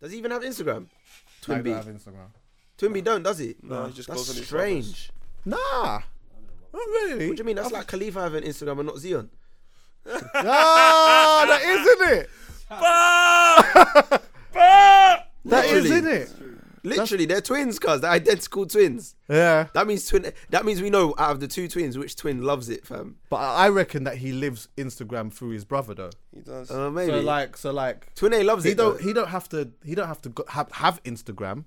Does he even have Instagram? I Twinbee. don't have Instagram. Twinbee don't, does he? No, he just that's goes on his strange. Nah, not really. What do you mean? That's like Khalifa having Instagram and not Zion. Ah, that isn't it. That is, Literally. isn't it. Literally, they're twins, cuz they're identical twins. Yeah, That means twin. That means we know out of the two twins, which twin loves it, fam. but I I reckon that he lives Instagram through his brother though. He does. Uh, maybe. So like, so like, uh, twin A loves he it. don't though. he don't have to he don't have to go, have, have Instagram,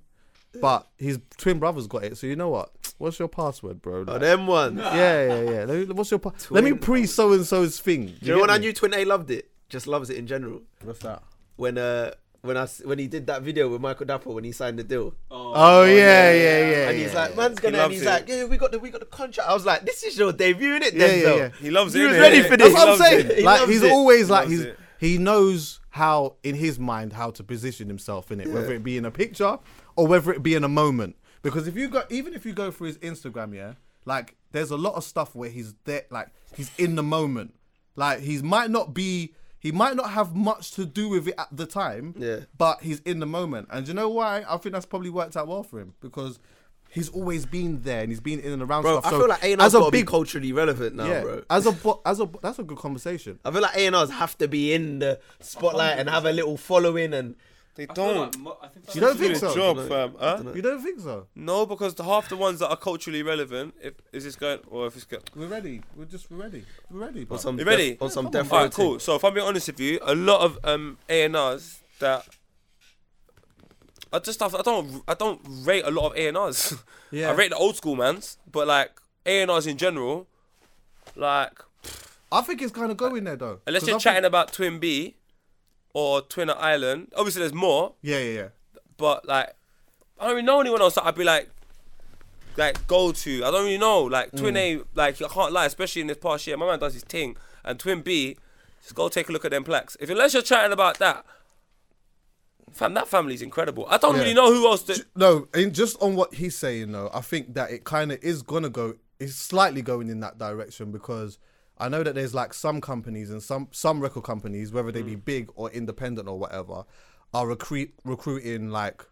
but his twin brother's got it. So you know what? What's your password, bro? Oh, Like, them one. Do yeah, yeah, yeah. Let me, what's your pa- let me Twin- pre so and so's thing. Do you know get when I me? knew Twin A loved it? Just loves it in general. What's that? When uh when I s- when he did that video with Michael Dapper when he signed the deal. Oh, yeah, yeah, yeah. yeah and he's like, man's gonna. and loves he's it. like, yeah, we got the we got the contract. I was like, this is your debut, innit? Yeah, yeah, Denzel? yeah. he loves You it. was innit? ready for That's this. what He I'm loves saying. it. He like loves he's it. always like loves he's it. he knows how in his mind how to position himself in it, whether it be in a picture or whether it be in a moment. Because if you go, even if you go through his Instagram, yeah, like there's a lot of stuff where he's there, like he's in the moment. Like he might not be, he might not have much to do with it at the time, Yeah. but he's in the moment. And you know why? I think that's probably worked out well for him because. He's always been there and he's been in and around Bro, stuff. I So feel like A and R's as a gotta be big culturally relevant now, yeah, bro. as a bo- as a bo- that's a good conversation. I feel like A and R's have to be in the spotlight and have a little following and They don't. You don't do think the so? job, fam. Huh? You don't think so? No, because the, half the ones that are culturally relevant, if is this going or if it's going. We're ready. We're just we're ready. We're ready. on some You ready? def- on some come on. death All row right, cool. thing. So if I'm being honest with you, a lot of um A and R's that I just have, I don't I don't rate a lot of A and R's. Yeah. I rate the old school mans, but like A and R's in general, like I think it's kind of going there though. unless 'Cause you're I think- chatting about Twin B or Twin Island, obviously there's more, Yeah, yeah, yeah. but like I don't really know anyone else that I'd be like like go to. I don't really know. Like Twin A, like I can't lie, especially in this past year, my man does his thing. And Twin B, just go take a look at them plaques. If unless you're chatting about that, fam, that family's incredible. I don't Yeah. really know who else to No, in just on what he's saying though, I think that it kind of is gonna go. It's slightly going in that direction because I know that there's like some companies and some some record companies, whether they Mm. be big or independent or whatever, are recruit recruiting like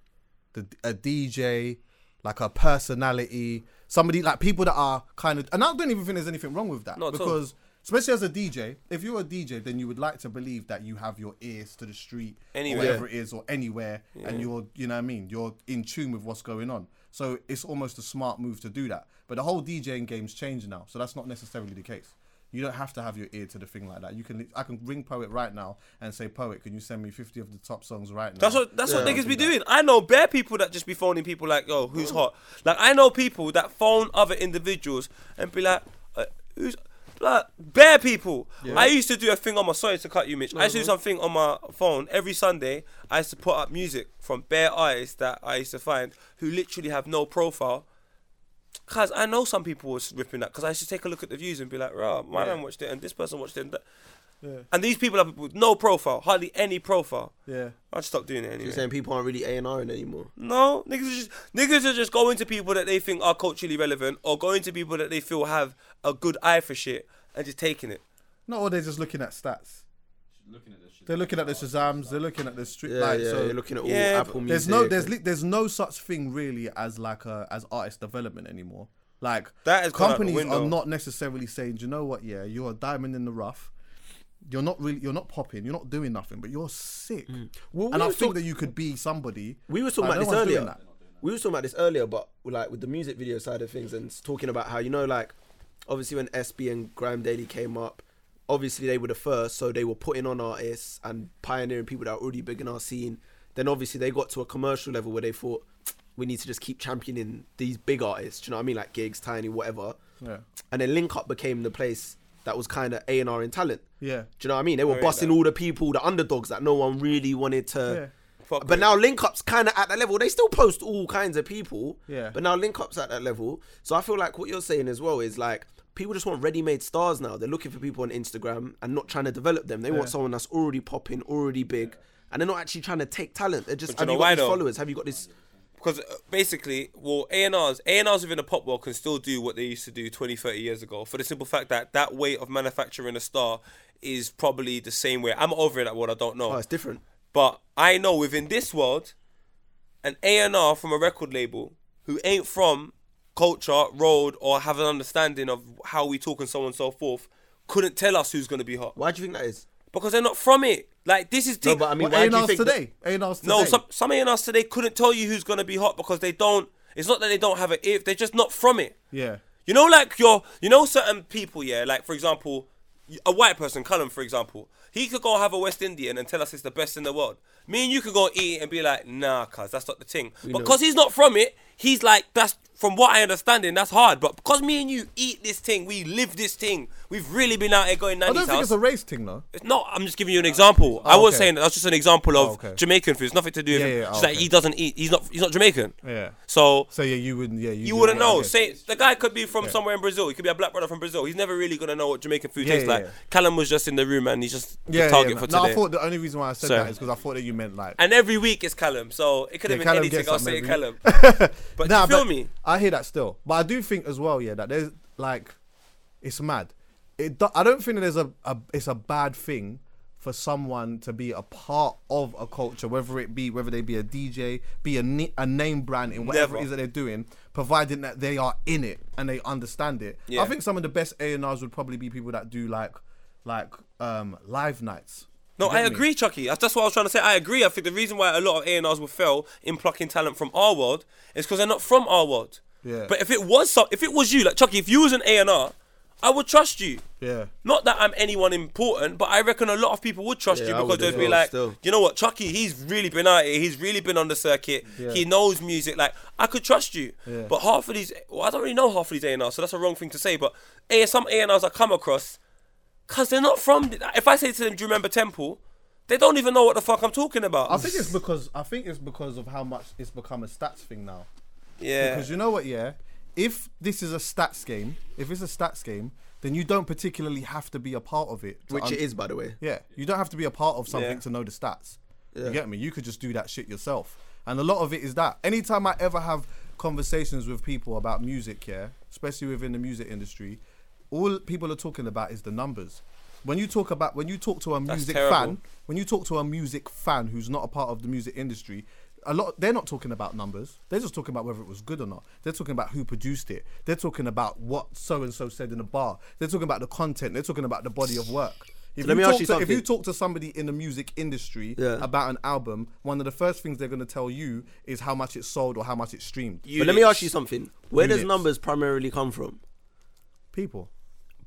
the, a DJ, like a personality, somebody like people that are kind of. And I don't even think there's anything wrong with that Not at all. because. Especially as a DJ, if you're a DJ, then you would like to believe that you have your ears to the street, or Anywhere. whatever wherever it is or anywhere and you're you know what I mean you're in tune with what's going on so it's almost a smart move to do that but the whole DJing game's changed now so that's not necessarily the case you don't have to have your ear to the thing like that you can li- I can ring poet right now and say poet can you send me 50 of the top songs right now That's what that's what Yeah. niggas be doing. I Mm. know bare people that just be phoning people like, yo, who's hot? Like I know people that phone other individuals and be like, uh, who's like bare people. I used to do a thing on my sorry to cut you, Mitch. I used to do something on my phone every Sunday. I used to put up music from bare artists that I used to find who literally have no profile. Cause I know some people was ripping that. Cause I used to take a look at the views and be like, "Rah, my man watched it and this person watched it." And, that. and these people have with no profile, hardly any profile. yeah I just stopped doing it anyway. You're saying people aren't really A and R'ing anymore. No, niggas are just niggas are just going to people that they think are culturally relevant or going to people that they feel have a good eye for shit and just taking it. no or they're just looking at stats Looking at this shit. they're looking at the Shazams they're looking at the street Yeah, like yeah. so you're looking at all Yeah, Apple Music. there's no there's and- li- there's no such thing really as like a as artist development anymore. Like That has gone out the companies are window. not necessarily saying, "Do you know what? Yeah, you're a diamond in the rough. You're not really you're not popping. You're not doing nothing, but you're sick. Well, we and I were think talk- that you could be somebody. We were talking about Like, no this one's doing earlier. that. We were talking about this earlier, but like with the music video side of things and s- talking about how you know, like obviously when SB and Grime Daily came up, obviously they were the first, so they were putting on artists and pioneering people that are already big in our scene. Then obviously they got to a commercial level where they thought we need to just keep championing these big artists. Do you know what I mean? Like gigs, tiny, whatever. Yeah. And then Link Up became the place that was kind of A and R in talent. Yeah. Do you know what I mean? They were Very busting nice. all the people, the underdogs that no one really wanted to. Yeah. Fuck But it. now Link Up's kind of at that level. They still post all kinds of people. Yeah. But now Link Up's at that level. So I feel like what you're saying as well is like people just want ready-made stars now. They're looking for people on Instagram and not trying to develop them. They want someone that's already popping, already big, and they're not actually trying to take talent. They're just But you have know you why, got these though? followers? Have you got this? because uh, basically, well, A&Rs, A&Rs within the pop world can still do what they used to do 20, 30 years ago for the simple fact that that way of manufacturing a star is probably the same way. I'm over in that world, I don't know. Oh, it's different. But I know within this world, an A and R from a record label who ain't from culture, road, or have an understanding of how we talk and so on and so forth, couldn't tell us who's gonna be hot Why do you think that is? because they're not from it. Like this is No, deep. but I mean, What why do you A&Rs think that- today? A&Rs today? No, some some A&Rs today couldn't tell you who's gonna be hot because they don't. It's not that they don't have an if; they're just not from it. Yeah. You know, like your, you know, certain people, yeah. Like for example, a white person, Cullen, for example, he could go have a West Indian and tell us it's the best in the world. Me and you could go eat it and be like, nah, cuz that's not the thing. But because he's not from it, he's like, that's from what I understand, and that's hard. But because me and you eat this thing, we live this thing. We've really been out here going I nanny's don't think house. it's a race thing though. It's not. I'm just giving you an example. I was okay. saying that that's just an example of Oh, okay. Jamaican food. It's nothing to do with Yeah, him. yeah, It's oh, like okay. he doesn't eat. He's not. He's not Jamaican. Yeah. So So yeah, you wouldn't. Yeah, you, you do wouldn't what I know. did. Say the guy could be from somewhere in Brazil. He could be a black brother from Brazil. He's never really gonna know what Jamaican food Yeah, tastes yeah, like. yeah. Callum was just in the room and he's just yeah, the target yeah, for no, today. I thought the only reason why I said So- that is because I thought that you meant like. and every week is Callum, so it could have Yeah, been Callum anything. gets I'll something say every Callum. But But do you feel but me? I hear that still, but I do think as well, yeah, that there's like, it's mad. It do, I don't think that there's a, a it's a bad thing for someone to be a part of a culture, whether it be whether they be a DJ, be a, ni- a name brand in whatever it Never. is that they're doing, providing that they are in it and they understand it. I Yeah. think some of the best A and R's would probably be people that do like like um live nights. No, You get I me? agree, Chucky. That's that's what I was trying to say. I agree. I think the reason why a lot of A&Rs will fail in plucking talent from our world is because they're not from our world. Yeah. But if it was so, if it was you, like Chucky, if you was an A&R, I would trust you. Yeah. Not that I'm anyone important, but I reckon a lot of people would trust Yeah, I you because would as they'd be well, like, still. you know what, Chucky, he's really been out here. He's really been on the circuit. He knows music. Like, I could trust you. Yeah. But half of these, well, I don't really know half of these A&Rs, so that's a wrong thing to say. But A- some A&Rs I come across, because they're not from. If I say to them, do you remember Temple? They don't even know what the fuck I'm talking about. I think it's because I think it's because of how much it's become a stats thing now. yeah. Because you know what, yeah? If this is a stats game, if it's a stats game, then you don't particularly have to be a part of it. to Which un- it is, by the way. Um, Yeah. You don't have to be a part of something Yeah. to know the stats. You Yeah. get me? You could just do that shit yourself. And a lot of it is that. Anytime I ever have conversations with people about music, yeah, especially within the music industry, all people are talking about is the numbers. When you talk about when you talk to a music terrible. fan, when you talk to a music fan who's not a part of the music industry, a lot they're not talking about numbers. They're just talking about whether it was good or not. They're talking about who produced it. They're talking about what so and so said in the bar. They're talking about the content. They're talking about the body of work. If Let me ask talk you to- If you something. talk to somebody in the music industry Yeah. about an album, one of the first things they're going to tell you is how much it sold or how much it streamed. But let me Units. ask you something. Where does Units. numbers primarily come from? People.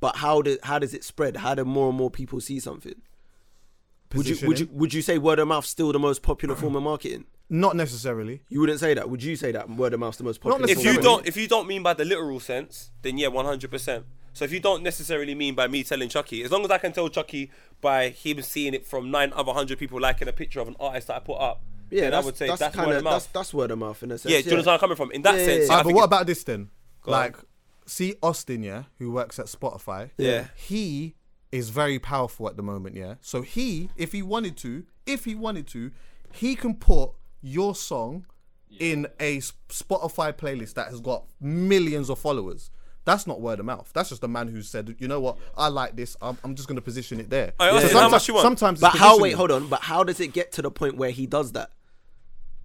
But how do, how does it spread? How do more and more people see something? Would you would you would you say word of mouth still the most popular form of marketing? Not necessarily. You wouldn't say that. Would you say that word of mouth's the most popular? if form of you necessarily. don't, if you don't mean by the literal sense, then yeah, 100%. So if you don't necessarily mean by me telling Chucky, as long as I can tell Chucky by him seeing it from nine other hundred people liking a picture of an artist that I put up, Yeah, then I that's, would say that's, that's, kind word of of mouth. that's, that's word of mouth in a sense. yeah, do you know where I'm coming from? In that Yeah, yeah, sense, yeah. I Ah, but think what it- about this then? on. like, see Austin, yeah, who works at Spotify. Yeah. He is very powerful at the moment, yeah. So he, if he wanted to, if he wanted to, he can put your song in a S- Spotify playlist that has got millions of followers. That's not word of mouth. That's just a man who said, you know what, I like this. I'm, I'm just going to position it there. Hey, Austin, So how someti- much you want? Sometimes, But how? Wait, hold on. But how does it get to the point where he does that?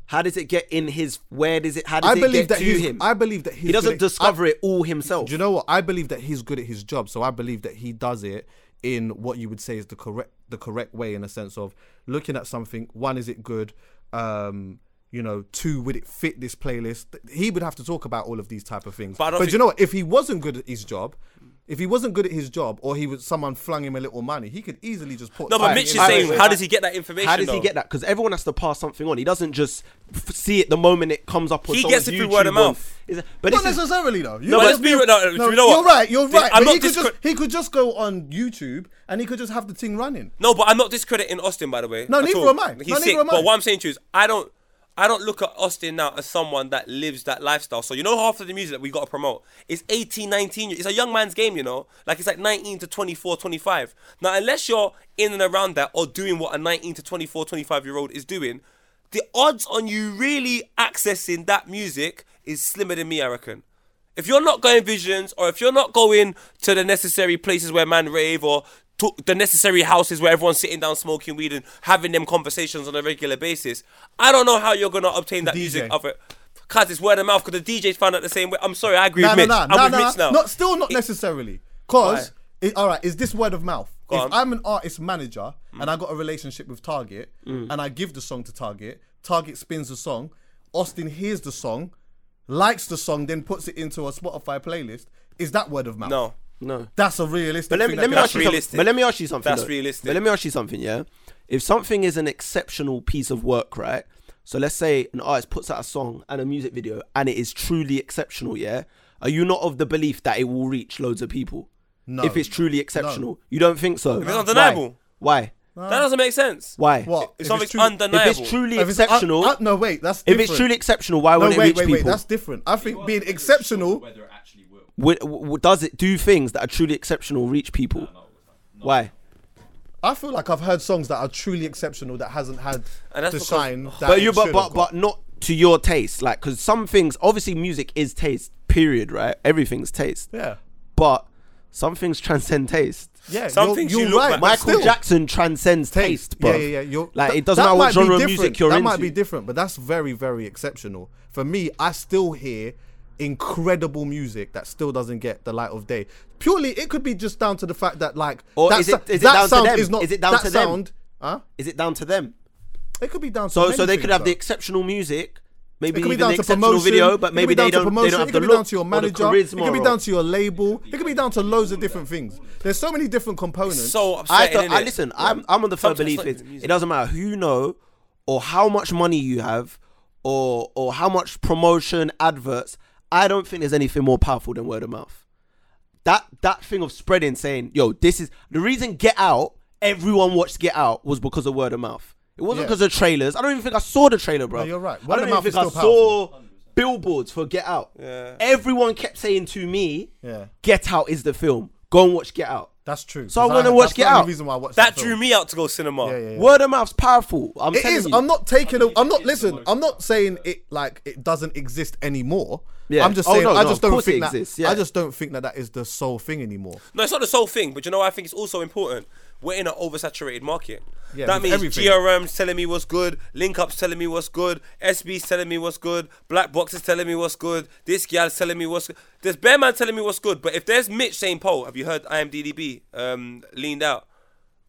How does it get in his? Where does it? How does I it believe get that to he's- him? I believe that he's he doesn't good at- discover it all himself. Do you know what? I believe that he's good at his job, so I believe that he does it in what you would say is the correct the correct way in a sense of looking at something. One, is it good? Um, you know, two, would it fit this playlist? Th- He would have to talk about all of these type of things. But But, I don't do you think- know what? If he wasn't good at his job, if he wasn't good at his job, or he was someone flung him a little money, he could easily just put. No, but five Mitch is in there. saying, wait, how wait. does he get that information? How does though? he get that? Because everyone has to pass something on. He doesn't just f- see it the moment it comes up. On He someone's gets it through YouTube word of on- mouth. Is it- but Not this is, necessarily though. You No, might but just let's be a- real- no, you know You're what? right. You're This- right. I'm but he not could discre- just he could just go on YouTube and he could just have the thing running. No, but I'm not discrediting Austin, by the way. No, at neither all. am I. He's No, neither sick. am I. But what I'm saying to you is, I don't, I don't look at Austin now as someone that lives that lifestyle. So you know, half of the music that we got to promote is 18, 19. It's a young man's game, you know. Like it's like 19 to 24, 25. Now, unless you're in and around that or doing what a 19 to 24, 25 year old is doing, the odds on you really accessing that music is slimmer than me, I reckon. If you're not going visions, or if you're not going to the necessary places where man rave, or talk, the necessary houses where everyone's sitting down smoking weed and having them conversations on a regular basis. I don't know how you're gonna obtain that DJ. music of it. Cause it's word of mouth. Cause the DJs found out the same way. I'm sorry, I agree No, with no, Mitch. no, I'm no, with no. Mitch now. Not still not necessarily. Cause it, all right, is this word of mouth? Go if on. Mm. I'm an artist manager and I got a relationship with Target and I give the song to Target, Target spins the song, Austin hears the song, likes the song, then puts it into a Spotify playlist. Is that word of mouth? no. No. That's a realistic. But let me, thing let that me can ask That's you happen. realistic. something. But let me ask you something. That's though. realistic. But let me ask you something, yeah? If something is an exceptional piece of work, right? So let's say an artist puts out a song and a music video and it is truly exceptional, yeah? Are you not of the belief that it will reach loads of people? No. If it's truly exceptional. You don't think so? It's undeniable. Why? That doesn't make sense. Why? Why? What? If It's something true- If undeniable. it's truly if it's un- exceptional, un- no, wait, that's if different. it's truly exceptional, why no, wouldn't wait, it reach wait, wait, people? that's different. I think being Whether it's true or exceptional. Whether it actually will. Would- w- does it do things that are truly exceptional reach people? Why? I feel like I've heard songs that are truly exceptional that hasn't had And that's the because- shine. That but it you should but but, have got. but not to your taste like because some things obviously music is taste period right everything's taste yeah, but some things transcend taste yeah. Some you're, things you're you look right, back- but michael still, jackson transcends taste, bro Yeah, yeah, yeah. You're, like that- it doesn't that matter might what be genre of different. music you're That into might be different, but that's very, very exceptional. For me, I still hear incredible music that still doesn't get the light of day. Purely, it could be just down to the fact that like Or that, is sou- it- is it that down to sound them? is not Is it down that to them? sound. Huh? is it down to them It could be down to so many so they things, could have the though. exceptional music It maybe could be even down the to exceptional promotion. video but maybe it could be they down to don't they promotion. don't have it the could be look down to your or the manager. charisma it could be or- down to your label. It could be down to loads of different things. There's so many different components. So I, upsetting. th- I innit? listen. I'm I'm on the firm Sometimes belief it's not is even music. it doesn't matter who you know, or how much money you have, or or how much promotion adverts. I don't think there's anything more powerful than word of mouth. That that thing of spreading, saying, "Yo, this is the reason." Get out. Everyone watched Get Out was because of word of mouth. It wasn't Yeah. because of trailers. I don't even think I saw the trailer, bro. No, you're right. I Word don't of even mouth think is I still saw billboards for Get Out. Yeah. Everyone kept saying to me, Yeah. Get Out is the film. Go and watch Get Out." That's true. So I 'cause wanna had- watch that's Get the only Out. reason why I watched That film. drew me out to go cinema. Yeah, yeah, yeah. Word of mouth's powerful. I'm It telling is. you. I'm not taking. A, I'm not. It's Listen. the I'm not saying it like it doesn't exist anymore. Yeah. I'm just Oh, saying. no, I no, just of don't course think it that. exists, yeah. I just don't think that that is the sole thing anymore. No, it's not the sole thing, but you know, what I think it's also important. We're in an oversaturated market. Yeah, that with means everything. GRM's telling me what's good, Link Up's telling me what's good, SB's telling me what's good, Black Box is telling me what's good, this gal's telling me what's good. There's Bearman telling me what's good, but if there's Mitch saying, Paul, have you heard IMDDB um, leaned out?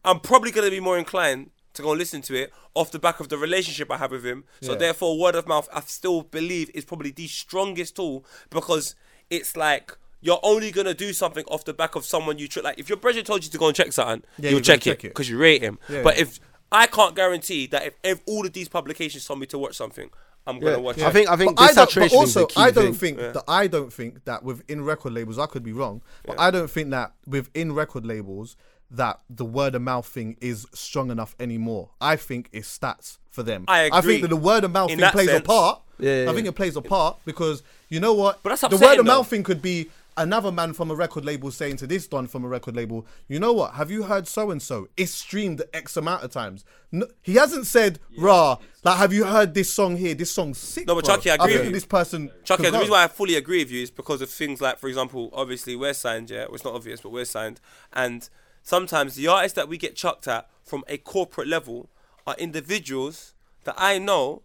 I'm probably going to be more inclined to go and listen to it off the back of the relationship I have with him. So Yeah. therefore, word of mouth, I still believe is probably the strongest tool because it's like you're only gonna do something off the back of someone you treat. Like if your brother told you to go and check something, Yeah, you're you'll gonna check it check it. because you rate him. Yeah. But if I can't guarantee that if, if all of these publications told me to watch something, I'm gonna watch I it. think I think But this I don't, saturation but also, is a key I don't thing. think that I don't think that within record labels, I could be wrong, but I don't think that within record labels that the word of mouth thing is strong enough anymore. I think it's stats for them. I agree. think that the word of mouth In thing that plays sense. a part. Yeah, yeah, I think it plays a part because you know what? But that's the upsetting, word of though. mouth thing could be another man from a record label saying to this don from a record label, you know what? Have you heard so and so? It's streamed X amount of times. No, he hasn't said, rah, like, have you heard this song here? This song's sick. No, but bro. Chucky, I agree think with you. this person. Chucky, could the go. reason why I fully agree with you is because of things like, for example, obviously we're signed, yeah. Well, it's not obvious, but we're signed. And sometimes the artists that we get chucked at from a corporate level are individuals that I know,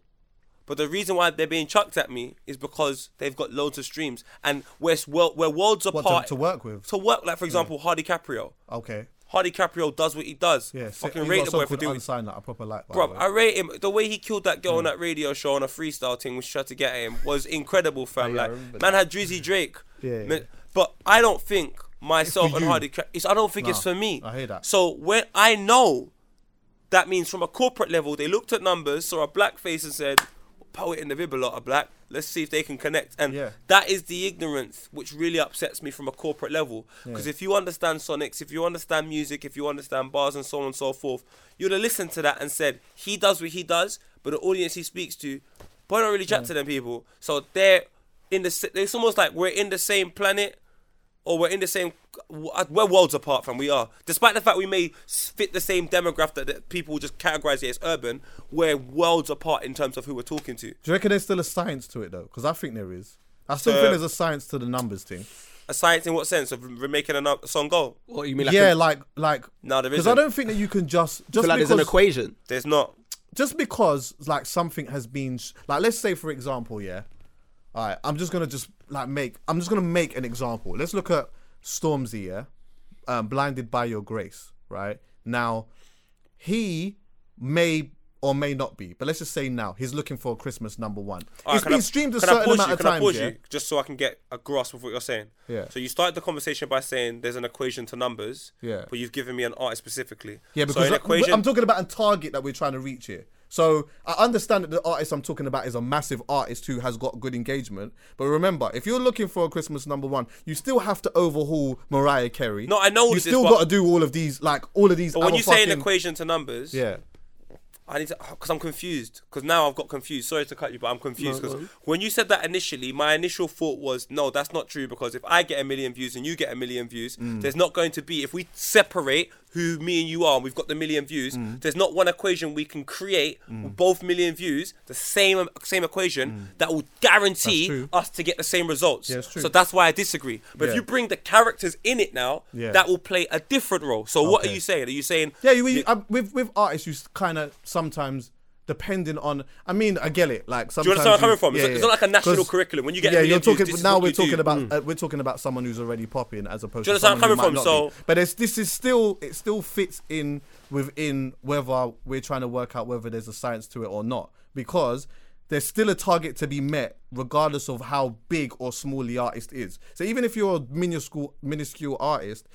but the reason why they're being chucked at me is because they've got loads of streams and we're, s- world- we're worlds to- apart. to work with? To work, like, for example, Hardy Caprio. Okay. Hardy Caprio does what he does. Yeah, sick. Fucking He's rate got a the boy song for called doing Unsigned that I proper like. by the Bro, way. Hmm. I rate him. The way he killed that girl on that radio show on a freestyle thing, which tried to get him, was incredible, fam. Oh, yeah, I like, remember man had Drizzy Drake. Yeah, Ma- yeah. But I don't think myself and you. Hardy. Cra- It's, I don't think it's Nah, for me. I hear that. So when I know, that means from a corporate level, they looked at numbers, saw a black face, and said, "Poet and the Rib a lot are black. Let's see if they can connect." And Yeah. that is the ignorance which really upsets me from a corporate level. Because if you understand sonics, if you understand music, if you understand bars and so on and so forth, you'd have listened to that and said, he does what he does, but the audience he speaks to, but I don't really chat to them people. So they're in the. s- It's almost like we're in the same planet. Or we're in the same, uh, we're worlds apart from we are. Despite the fact we may s- fit the same demographic that, that people just categorize it as urban, we're worlds apart in terms of who we're talking to. Do you reckon there's still a science to it though? Because I think there is. I still think there's a science to the numbers thing. A science in what sense of remaking a no- song go? What you mean? Like yeah, a, like like No, there because isn't. I don't think that you can just so just like there's an because equation. There's not. just because like something has been sh- like let's say for example yeah all right i'm just gonna just like make i'm just gonna make an example let's look at stormzy yeah um, blinded by your grace right now he may or may not be but let's just say now he's looking for christmas number one All right, It's can been I- streamed a can I certain pause amount you? of Can I times pause yeah? you just so I can get a grasp of what you're saying? Yeah. So you start the conversation by saying there's an equation to numbers. Yeah. But you've given me an artist specifically. yeah so because an I- equation. i'm talking about a target that we're trying to reach here so i understand that the artist i'm talking about is a massive artist who has got good engagement but remember if you're looking for a christmas number one you still have to overhaul mariah carey No, I know you this, still but- got to do all of these like all of these but when other you say an fucking- equation to numbers, yeah I need to because I'm confused. Because now I've got confused. Sorry to cut you, but I'm confused. No, Because no. when you said that initially, my initial thought was, no, that's not true. Because if I get a million views and you get a million views, Mm. there's not going to be if we separate who me and you are, and we've got the million views. Mm. There's not one equation we can create with both million views, the same um, same equation that will guarantee Mm. true. us to get the same results. Yeah, it's true. So that's why I disagree. But if Yeah. you bring the characters in it now, Yeah. that will play a different role. So what are Okay. you saying? Are you saying Yeah, you, you, I, with with artists, you kind of sometimes depending on. I mean, I get it. Like, sometimes you understand where I'm coming from? yeah, It's not- it's yeah. not like a national 'Cause- curriculum. When you get a yeah, million you're talking. views, this is now what we're you talking do. Mm. about uh, we're talking about someone who's already popping as opposed. Do you to understand where I'm someone who coming might from? not be. So- but it's, this is still it still fits in within whether we're trying to work out whether there's a science to it or not because. There's still a target to be met, regardless of how big or small the artist is. So even if you're a minuscule, minuscule artist,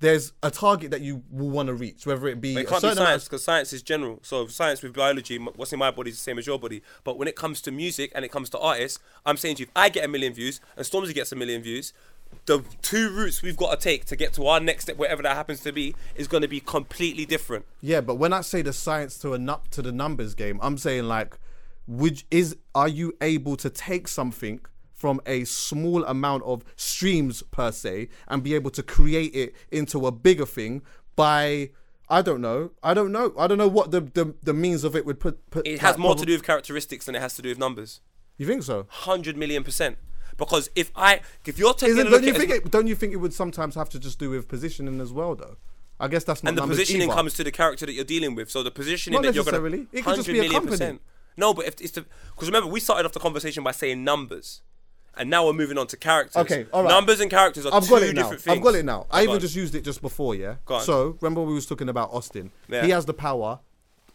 there's a target that you will want to reach, whether it be But it a can't be certain amount of science because science is general. So if science with biology, m- what's in my body is the same as your body. But when it comes to music and it comes to artists, I'm saying to you, if I get a million views and Stormzy gets a million views, the two routes we've got to take to get to our next step, wherever that happens to be, is going to be completely different. Yeah, but when I say the science to a nu- to the numbers game, I'm saying like, which is are you able to take something from a small amount of streams per se and be able to create it into a bigger thing by I don't know, I don't know, I don't know what the the, the means of it would put. put It has like, more prob- to do with characteristics than it has to do with numbers. You think so? Hundred million percent. Because if I, if you're taking Is it, a don't look you at think it? Don't you think it would sometimes have to just do with positioning as well, though? I guess that's not and the numbers positioning either. comes to the character that you're dealing with. So the positioning Not that you're going necessarily. to It could just be a company. No, but if it's the because remember we started off the conversation by saying numbers, and now we're moving on to characters. Okay, all right. Numbers and characters are I've two got it now. different things. I've got it now. I Go even on. just used it just before, yeah. Go on. So remember we was talking about Austin. Yeah. He has the power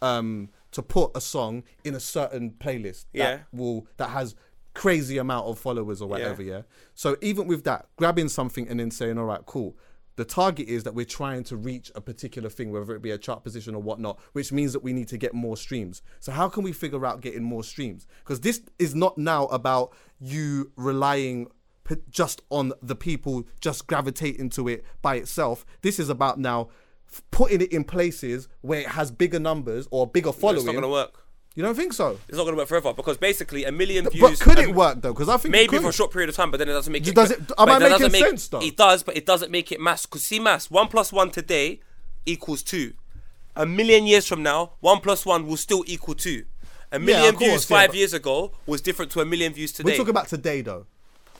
um, to put a song in a certain playlist Yeah. that will that has crazy amount of followers or whatever, yeah. So even with that, grabbing something and then saying, all right, cool. The target is that we're trying to reach a particular thing, whether it be a chart position or whatnot, which means that we need to get more streams. So how can we figure out getting more streams? Because this is not now about you relying p- just on the people just gravitating to it by itself. This is about now f- putting it in places where it has bigger numbers or bigger It's following. not going to work. you don't think so? It's not going to work forever because basically a million But views. could a- it work though? Because I think it Maybe could. for a short period of time, but then it doesn't make it. Does it- am but I that doesn't making make- sense, though? It does, but it doesn't make it mass. Cause see, mass one plus one today equals two. A million years from now, one plus one will still equal two. A million of course, views yeah, five but- years ago was different to a million views today. We're talking about today though.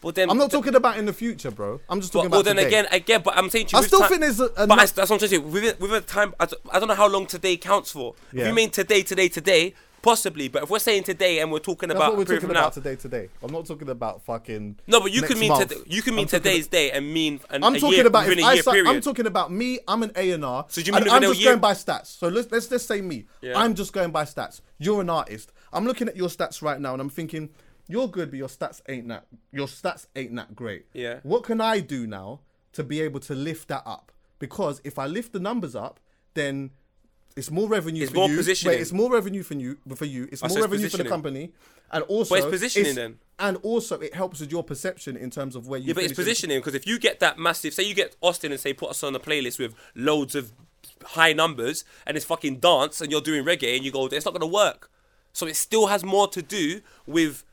But then I'm not th- talking about in the future, bro. I'm just talking But, well, about then today. again, again, but I'm saying. to you, I with still time- think there's a- a but I- num- that's what I'm trying to say. Within, within time, I don't, I don't know how long today counts for. If Yeah. you mean today, today, today, possibly. But if we're saying today and we're talking That's about what a we're period talking from now, about today. Today, I'm not talking about fucking. no, but you next can mean month. today. You can mean I'm talking today's day and mean. An, I'm a talking year, about if within a I year sa- I'm period. talking about me. I'm an A and R. So do you mean I'm within a just year- going by stats. So let's let's just say me. Yeah. I'm just going by stats. You're an artist. I'm looking at your stats right now, and I'm thinking you're good, but your stats ain't that. Your stats ain't that great. Yeah. What can I do now to be able to lift that up? Because if I lift the numbers up, then it's more revenue It's for more you. positioning. Oh, Wait, it's more revenue for you. For you, it's more it's revenue for the positioning. company, and also positioning then. And also, it helps with your perception in terms of where you. Yeah, but it's finish in- positioning because if you get that massive, say you get Austin and say put us on a playlist with loads of high numbers and it's fucking dance and you're doing reggae and you go, it's not gonna work. So it still has more to do with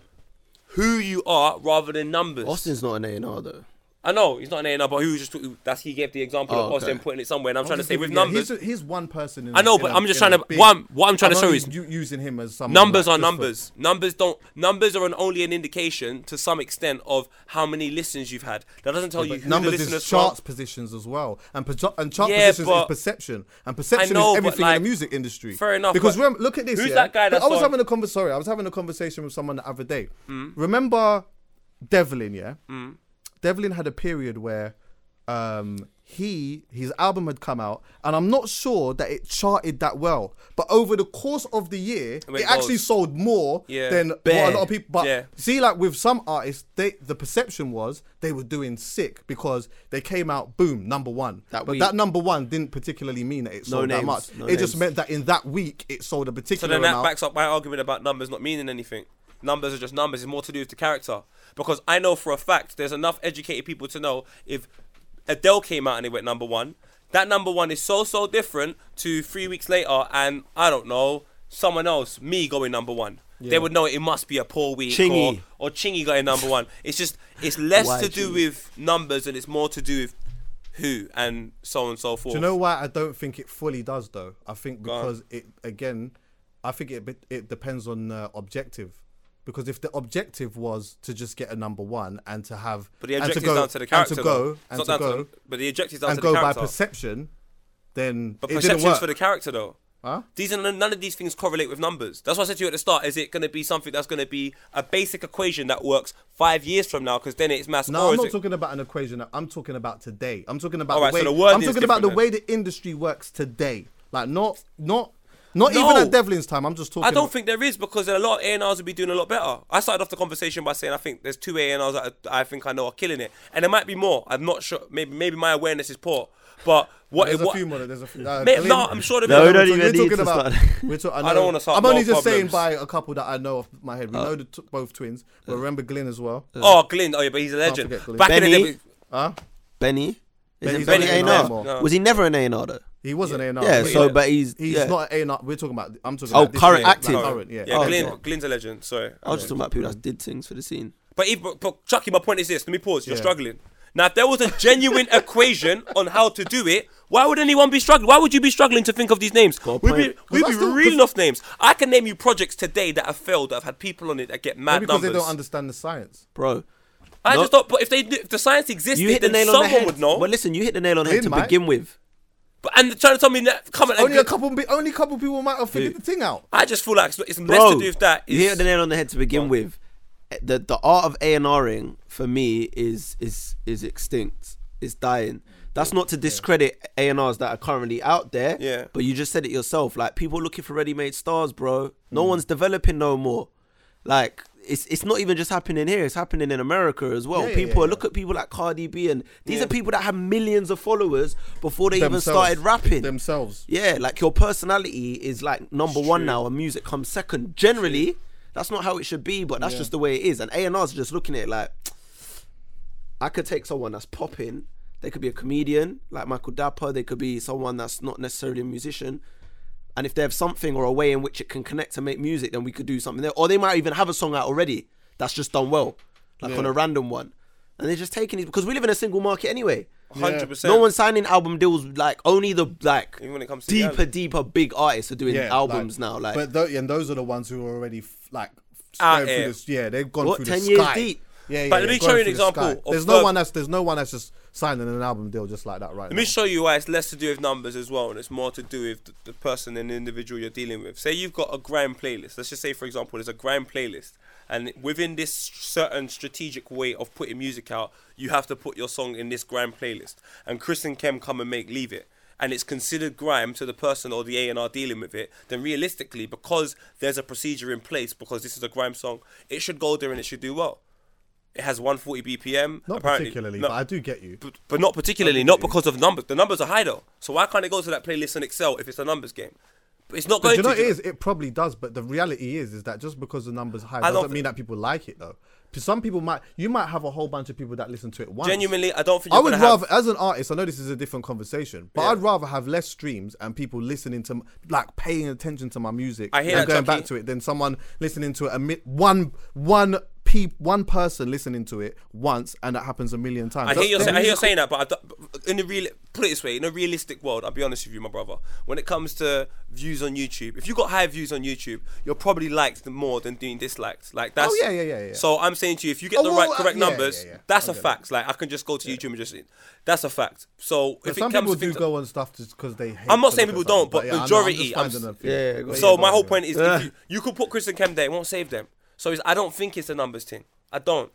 who you are rather than numbers. Austin's not an A and R though. I know he's not an A and R, but he was just talking, that's he gave the example Oh, of us okay. then putting it somewhere. And I'm trying to just say giving- with yeah, numbers, He's, he's one person. In I know, a- but in a- I'm just in a trying to. big- What I'm, what I'm trying I'm to show only is u- using him as someone. numbers like, are just for- numbers. Numbers don't. Numbers are an only an indication to some extent of how many listens you've had. That doesn't tell you But who the numbers is listeners charts from. positions as well, and pro- and chart Yeah, positions is but- perception, and perception know, is but, everything in like, the music industry. fair enough, Because but remember, look at this. who's yeah? that guy that's I was on- Mm. having a conversation. Sorry, I was having a conversation with someone the other day. Remember, Devlin? Yeah, Devlin had a period where. Um, he his album had come out, and I'm not sure that it charted that well. But over the course of the year, it, went actually gold. sold more Yeah. than what Bare. a lot of people. But Yeah. See, like with some artists, they the perception was they were doing sick because they came out boom number one. That but week. that number one didn't particularly mean that it sold that names, much. no it just names. meant that in that week it sold a So particular then that amount. backs up my argument about numbers not meaning anything. Numbers are just numbers. It's more to do with the character. Because I know for a fact there's enough educated people to know if Adele came out and it went number one, that number one is so so different to three weeks later and I don't know someone else me going number one. They would know it must be a poor week Chingy. or or Chingy going number one. It's just it's less Why to do Chingy? with numbers and it's more to do with who and so on and so forth. Do you know why I don't think it fully does though? I think on. because it again, I think it be- it depends on the objective. Because if the objective was to just get a number one and to have, but the and objective's go- down to the and character. to though. go It's and not to down go the- but the objective's down and to the go by character. perception, then But it didn't perception's work. for the character, though. Huh? These are none of these things correlate with numbers. That's why I said to you at the start: is it going to be something that's going to be a basic equation that works five years from now? Because then it's mass. No, or I'm is not it- talking about an equation. I'm talking about today. I'm talking about Alright, the way. so the wording I'm is talking about the different way the industry works today. Like not, not, not No. even at Devlin's time. I'm just talking. I don't think there is because a lot of ANRs will be doing a lot better. I started off the conversation by saying I think there's two ANRs that I I think I know are killing it, and there might be more. I'm not sure. Maybe maybe my awareness is poor, but what There's a what few more. There's a few. uh, Mate, Khalid- no, I'm sure there No, we We're talking- is. don't even we're need talking to about- start. we're talk- I don't wanna start I'm only more just saying problems. by a couple that I know off my head. We Uh, know the t- both twins. But remember Glyn as well. Oh, Glyn. Oh yeah, but he's a legend. forget Glyn. Back in the Benny. day, Huh? Benny. Benny's Isn't not Benny an A&R? anymore. No. Was he never an A&R though? He was an A&R. yeah, but so he's- but he's he's yeah. not an A&R. We're talking about. I'm talking Oh, about this current year, like, active. current, yeah. yeah, Oh, Glyn, okay. Glyn's a legend. Sorry, I was just talking about people that did things for the scene. But if but, but Chucky, my point is this. Let me pause. You're Yeah. struggling. Now, if there was a genuine equation on how to do it, why would anyone be struggling? Why would you be struggling to think of these names? Got a We'd be, point. we'd I be still- reeling 'cause- off names. I can name you projects today that have failed, that have had people on it that get mad Maybe because numbers. they don't understand the science. Bro, I No. just thought, but if they knew- if the science existed, you hit the then nail on the someone head. would know. Well, listen, you hit the nail on the head Did, to mate. begin with. But, and trying to tell me that, come on, Only and- a couple. Only a couple people might have figured the thing out. I just feel like it's, it's Bro, less to do with that. You It's- hit the nail on the head to begin with. Eh, The the art of A and Ring for me is is is extinct. It's dying. That's not to discredit A and R's that are currently out there. Yeah. But you just said it yourself. Like people are looking for ready made stars, bro. No Mm. one's developing no more. Like it's it's not even just happening here. It's happening in America as well. Yeah, yeah, people yeah, look at people like Cardi B and these Yeah. are people that have millions of followers before they Themselves. even started rapping. themselves. Yeah, like your personality is like number one now, and music comes second. Generally, that's not how it should be, but that's just the way it is. And A and R's just looking at it like, I could take someone that's popping. They could be a comedian like Michael Dapper. They could be someone that's not necessarily a musician. And if they have something or a way in which it can connect and make music, then we could do something there. Or they might even have a song out already that's just done well, like on a random one. And they're just taking it because we live in a single market anyway. 100%. No one's signing album deals like only the like Even when it comes to deeper, Rihanna. deeper big artists are doing albums like- now. Like but tho- yeah, and those are the ones who are already f- like f- Out going through here. this- Yeah, they've gone What, through 10 the years sky. deep? Yeah, yeah. But let yeah, me show going you through an the example sky. of There's no the- one that's there's no one that's just signing an album deal just like that right Let me show you why it's less to do with numbers as well, and it's more to do with the, the person and the individual you're dealing with. Say you've got a grand playlist. Let's just say, for example, there's a grand playlist, and within this certain strategic way of putting music out, you have to put your song in this grand playlist. And Chris and Kem come and make Leave It, and it's considered grime to the person or the A and R dealing with it. Then realistically, because there's a procedure in place, because this is a grime song, it should go there and it should do well. It has 140 BPM. Not apparently- particularly, No but I do get you. but, but not particularly, not because of numbers. The numbers are high though, so why can't it go to that playlist in Excel if it's a numbers game? But it's not But going you know to. what it is? It probably does, but the reality is is that just because the numbers high don't doesn't thi- mean that people like it though. 'Cause Some people might you might have a whole bunch of people that listen to it once. Genuinely, I don't think I you're would gonna have- rather, as an artist, I know this is a different conversation, but I'd rather have less streams and people listening to, m- like, paying attention to my music I hear and that, going Chucky. back to it than someone listening to it amid one one pe- one person listening to it once, and that happens a million times. I hear, That's- you that's say, I hear you musical- saying that, but I don't- in the real, put it this way, in a realistic world, I'll be honest with you, my brother. When it comes to views on YouTube, if you got high views on YouTube, you're probably liked more than doing disliked. Like that's. Oh, yeah, yeah, yeah, yeah. So I'm saying to you, if you get Oh, the well, right uh, correct yeah, yeah, numbers, yeah. that's I a get fact. Like I can just go to YouTube and just. That's a fact. So But if some it comes people to do things, go on stuff just because they. Hate I'm not to saying look people at something, don't, but yeah, I know, I'm majority, just I'm s- finding a few. Yeah, yeah, go So Yeah, my but- whole point is, Yeah. if you, you could put Chris and Kem there, it won't save them. So it's, I don't think it's a numbers thing. I don't.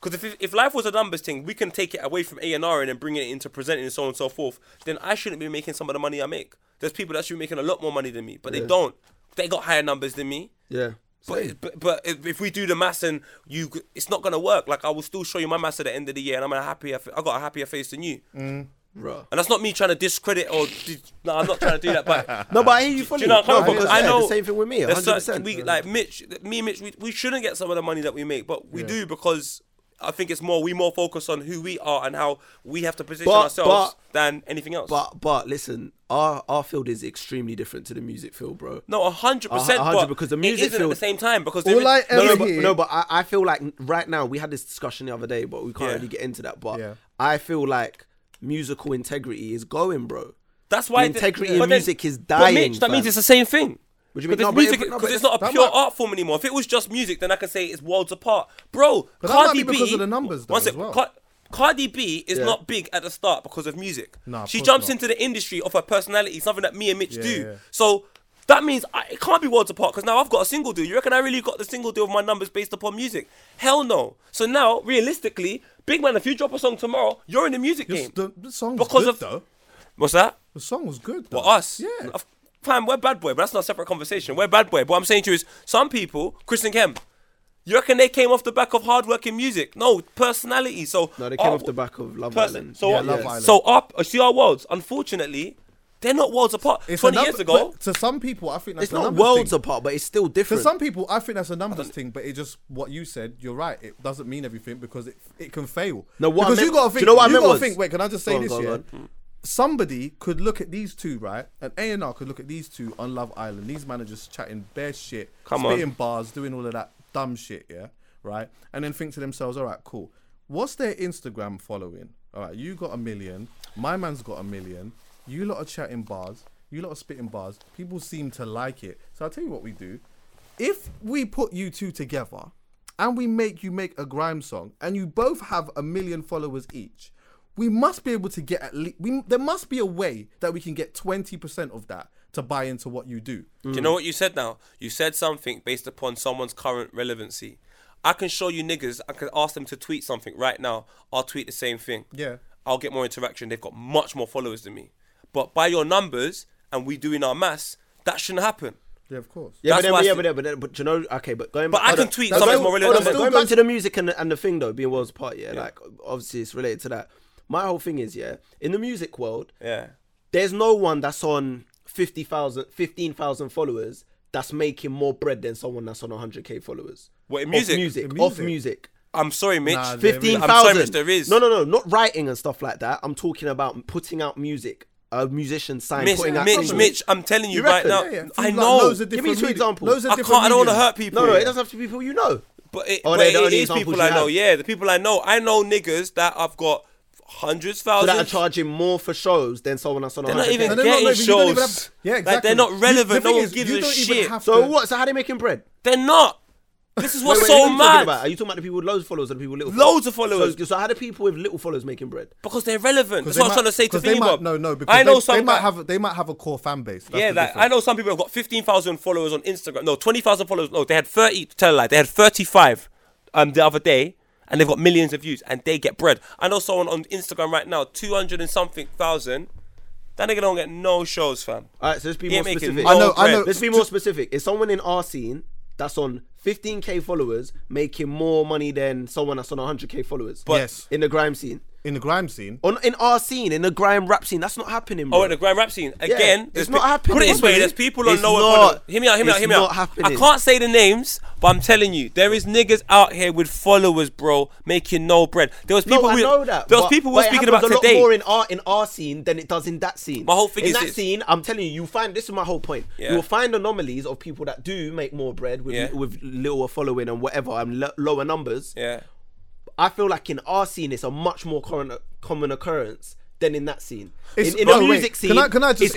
Because if, if life was a numbers thing, we can take it away from A and R and then bring it into presenting and so on and so forth. Then I shouldn't be making some of the money I make. There's people that should be making a lot more money than me, but they don't. They got higher numbers than me. Yeah. But, but but if if we do the maths and you, g- it's not gonna work. Like I will still show you my maths at the end of the year, and I'm a happier. f- I got a happier face than you. Mm. Bruh. And that's not me trying to discredit or di- no, I'm not trying to do that. But No, but I hear you fully. do you know what I'm no, coming from? because 'Cause I yeah, know the same thing with me. there's 100. certain- percent We like Mitch, me, and Mitch. We, we shouldn't get some of the money that we make, but we do because I think it's more we more focus on who we are and how we have to position But- ourselves than anything else. But but listen, our our field is extremely different to the music field, bro. no, hundred percent. A hundred, But because the it music isn't field- at the same time because All there is- I no, no, ever but, hear- no, but I, I feel like right now we had this discussion the other day, but we can't Yeah. really get into that. But Yeah. I feel like musical integrity is going, bro. That's why The integrity but in then- music is but dying, Mitch, that means fam. it's the same thing. What do you mean? Because No, it's but it- music- no, but 'cause it's not a that pure might- art form anymore. If it was just music, then I could say it's worlds apart, bro. But that might Cardi be because B, of the numbers, though, one sec, as well. Ca- Cardi B is Yeah. not big at the start because of music. Nah, of she course jumps not. into the industry of her personality, something that me and Mitch Yeah, do. yeah. So that means I, it can't be worlds apart because now I've got a single deal. You reckon I really got the single deal of my numbers based upon music? Hell no. So now, realistically, big man, if you drop a song tomorrow, you're in the music Just game. The, the song was Because good of- though. What's that? The song was good. Though. But us, Yeah. Of- fam, we're bad boy, but that's not a separate conversation. We're bad boy. But what I'm saying to you is, some people, Chris and Kemp, you reckon they came off the back of hard work in music? No, personality. So No, they came our- off the back of Love Oh, person- Island. So Yeah, Love Island. so up. uh, See our worlds. Unfortunately, they're not worlds apart. It's Twenty a years number- ago, but to some people, I think that's it's a not numbers worlds thing. apart, but it's still To different. some people, I think that's a numbers thing, but it just what you said. You're right. It doesn't mean everything because it it can fail. No, what I because meant- you got to do think. you know what I meant gotta was- think. Wait, can I just say Go on, this? go on, yeah, go somebody could look at these two, right? An A and R could look at these two on Love Island. These managers chatting bare shit, Come on. spitting bars, doing all of that dumb shit. Yeah, right. And then think to themselves, all right, cool. What's their Instagram following? All right, you got a million. My man's got a million. You lot are chatting bars. You lot are spitting bars. People seem to like it. So I'll tell you what we do. If we put you two together and we make you make a grime song and you both have a million followers each, we must be able to get at least. We, there must be a way that we can get 20% of that to buy into what you do. Do you know what you said now? You said something based upon someone's current relevancy. I can show you niggas, I can ask them to tweet something right now. I'll tweet the same thing. Yeah. I'll get more interaction. They've got much more followers than me. But by your numbers and we doing our mass, that shouldn't happen. Yeah, of course. Yeah, but That's then, why I yeah, said- but, then, but then, but you know, okay, but going. But back, I hold can on, tweet that's something going- more relevant hold on, than but that. Going back to the music and the, and the thing though, being worlds apart, yeah, like obviously it's related to that. My whole thing is, yeah, in the music world, Yeah. there's no one that's on 50,000, 15,000 followers that's making more bread than someone that's on 100k followers. What, in Off music? music, In off music. music. I'm sorry, Mitch. Nah, there is. Fifteen I'm sorry, thousand. Mitch, there is. No, no, no, not writing and stuff like that. I'm talking about putting out music. A musician signed, Mitch, putting out Mitch, singles. Mitch, I'm telling you, You right reckon? now. Yeah, yeah. I Through, like, know. loads of Give me different two medi- examples. loads of I different can't. I don't want to mediums. hurt people. No, no, it doesn't have to be people you know. But it, Oh, but they're the it only is examples people you I know. have. Yeah, the people I know. I know niggas that I've got hundreds, So thousands. that are charging more for shows than someone that's on. They're not 100K. even And they're not getting even- you don't even shows. have- yeah, Like, exactly. they're not You- the relevant. no thing one is, gives you a don't even shit. have So to- what? So how they making bread? They're not. This is what's Wait, wait, so who are you talking mad. about? Are you talking about the people with loads of followers or the people with little? Loads of followers. So, so how do people with little followers making bread? Because they're relevant. Because That's what they I'm trying to might- say to because they Thingy might- Bob. No, no, because I know they, some they might guy- have they might have a core fan base. That's yeah, the like I difference. know some people have got fifteen thousand followers on Instagram. No, twenty thousand followers. No, they had thirty. Tell a lie, they had thirty-five um the other day, and they've got millions of views, and they get bread. I know someone on Instagram right now, two hundred and something thousand. That nigga don't get no shows, fam. All right, so let's be He more ain't making specific. no I know- I bread. know- Let's be more specific. Is someone in our scene that's on 15k followers making more money than someone that's on 100k followers? But- Yes. In the grime scene. in the grime scene. On in our scene, in the grime rap scene, that's not happening. Bro. Oh, in the grand rap scene again. it's there's not happening, Put it this way: buddy. there's people on It's lower. not- followers. hear me out. Hear me it's out. Hear me out. not happening. I can't say the names, but I'm telling you, there is niggas out here with followers, bro, making no bread. There was people. no, we, I know that. There was but- people we were but it speaking happens about a lot today. more in our in our scene than it does in that scene. My whole thing in is that this. scene. I'm telling you, you find this is my whole point. Yeah. You will find anomalies of people that do make more bread with Yeah. with little following and whatever and l- lower numbers. Yeah. I feel like in our scene, it's a much more common common occurrence than in that scene. It's- in in by the way, music scene, Can I, can I it's just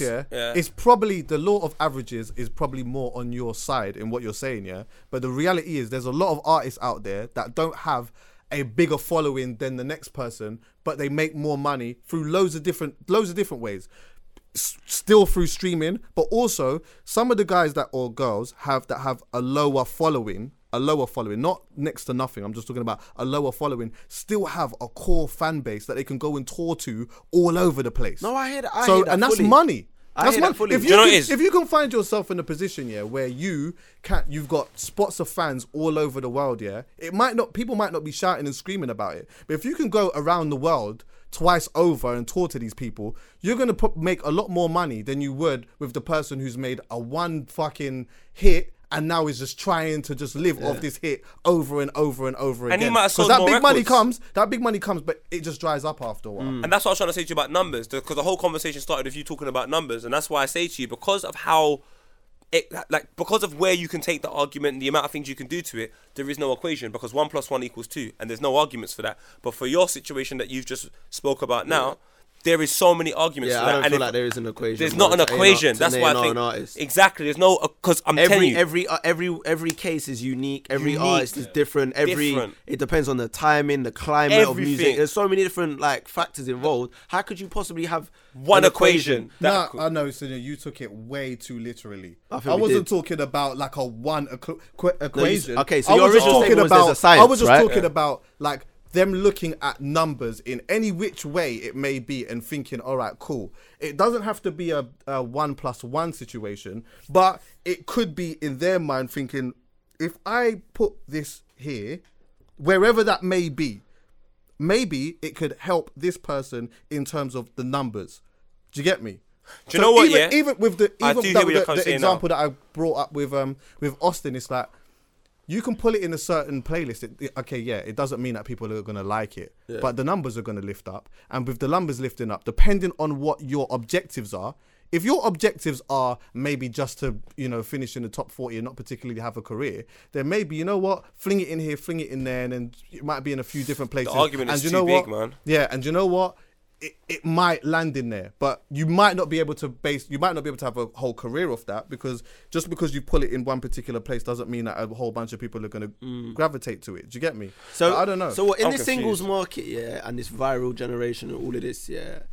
numbers. Yeah? Yeah. it's probably the law of averages is probably more on your side in what you're saying. Yeah, but the reality is there's a lot of artists out there that don't have a bigger following than the next person, but they make more money through loads of different loads of different ways. S- still through streaming, but also some of the guys that or girls have that have a lower following. A lower following, not next to nothing. I'm just talking about a lower following. Still have a core fan base that they can go and tour to all over the place. No, I hear that- I so, hear that and that's fully. money. I that's hear that money. fully. If Do you, you know what can, it is? if you can find yourself in a position, yeah, where you can, you've got spots of fans all over the world, yeah. It might not, people might not be shouting and screaming about it, but if you can go around the world twice over and talk to these people, you're gonna put, make a lot more money than you would with the person who's made a one fucking hit. And now is just trying to just live off this hit over and over and over again. he might have 'Cause sold that more big money records. comes, that big money comes, but it just dries up after a while. And that's what I was trying to say to you about numbers, because the whole conversation started with you talking about numbers, and that's why I say to you because of how, it like because of where you can take the argument and the amount of things you can do to it, there is no equation because one plus one equals two, and there's no arguments for that. But for your situation that you've just spoke about now, there is so many arguments. Yeah, for I that. don't and feel if- like there is an equation. There's bro, not an to A&R equation. to That's an why I A&R think artist. exactly. There's no because I'm telling every every you. uh, every every case is unique. Every Unique. artist is different. Every Different. it depends on the timing, the climate of Everything. music. There's so many different like factors involved. How could you possibly have One an equation. No, That- I know, Sonia. You took it way too literally. I, I think we wasn't did. talking about like a one equ- equ- you s- equation. okay, so I your was just original talking statement was there's about. a science, I was just right? talking about like them looking at numbers in any which way it may be and thinking, all right, cool. It doesn't have to be a, a one plus one situation, but it could be in their mind thinking, if I put this here, wherever that may be, maybe it could help this person in terms of the numbers. Do you get me? Do you know what, Even, yeah? even with the I even do that, hear what the, you're the saying now. example that I brought up with um with Austin, it's like you can pull it in a certain playlist. It, it- okay, yeah, it doesn't mean that people are gonna like it, but the numbers are gonna lift up, and with the numbers lifting up, depending on what your objectives are. If your objectives are maybe just to you know finish in the top forty and not particularly have a career, then maybe you know what, fling it in here, fling it in there, and then it might be in a few different places. argument and is you too know big, what? man. Yeah, and you know what? It, it might land in there, but you might not be able to base. You might not be able to have a whole career off that because just because you pull it in one particular place doesn't mean that a whole bunch of people are going to gravitate to it. Do you get me? Mm. So But I don't know. So what, in I'm the confused. singles market, yeah, and this viral generation and all of this, yeah,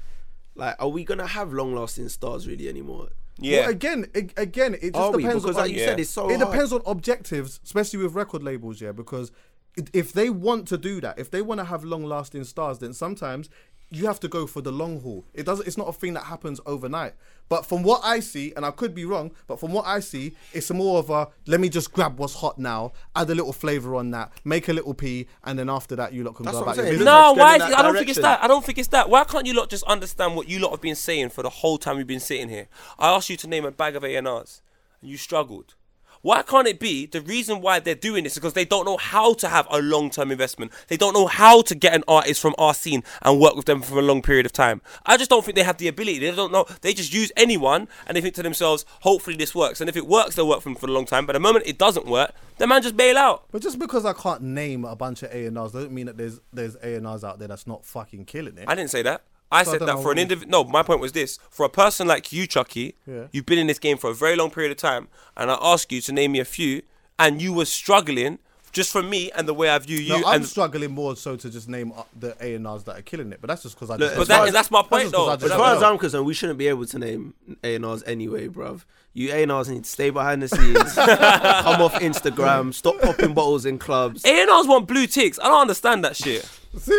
like, are we gonna have long lasting stars really anymore? yeah. Well, again, ag- again, it just Are we? depends Because on like you Yeah. said, it's so it hard. depends on objectives, especially with record labels, yeah. Because it- if they want to do that, if they want to have long-lasting stars, then sometimes you have to go for the long haul. It doesn't. It's not a thing that happens overnight. But from what I see, and I could be wrong, but from what I see, it's more of a let me just grab what's hot now, add a little flavor on that, make a little pee, and then after that, you lot can That's go what I'm about your saying. business. No, Let's go why? I in that don't think it's direction. that. I don't think it's that. Why can't you lot just understand what you lot have been saying for the whole time we've been sitting here? I asked you to name a bag of ANRs, and you struggled. Why can't it be the reason why they're doing this? is Because they don't know how to have a long-term investment. They don't know how to get an artist from our scene and work with them for a long period of time. I just don't think they have the ability. They don't know. They just use anyone and they think to themselves, "Hopefully this works." And if it works, they'll work for them for a long time. But the moment it doesn't work, the man just bail out. But just because I can't name a bunch of A and R's doesn't mean that there's there's A and R's out there that's not fucking killing it. I didn't say that. I So I said don't that know for what an you- individual. No, my point was this: for a person like you, Chucky, Yeah. you've been in this game for a very long period of time, and I asked you to name me a few, and you were struggling just from me and the way I view you. No, I'm and struggling more so to just name up the A and R's that are killing it, but that's just because I. Just but that- that's my point, just 'cause though. I But As just that- far as don't know. I'm concerned, we shouldn't be able to name A&Rs anyway, bruv. You A&Rs need to stay behind the scenes, come off Instagram, stop popping bottles in clubs. A&Rs want blue ticks. I don't understand that shit. Do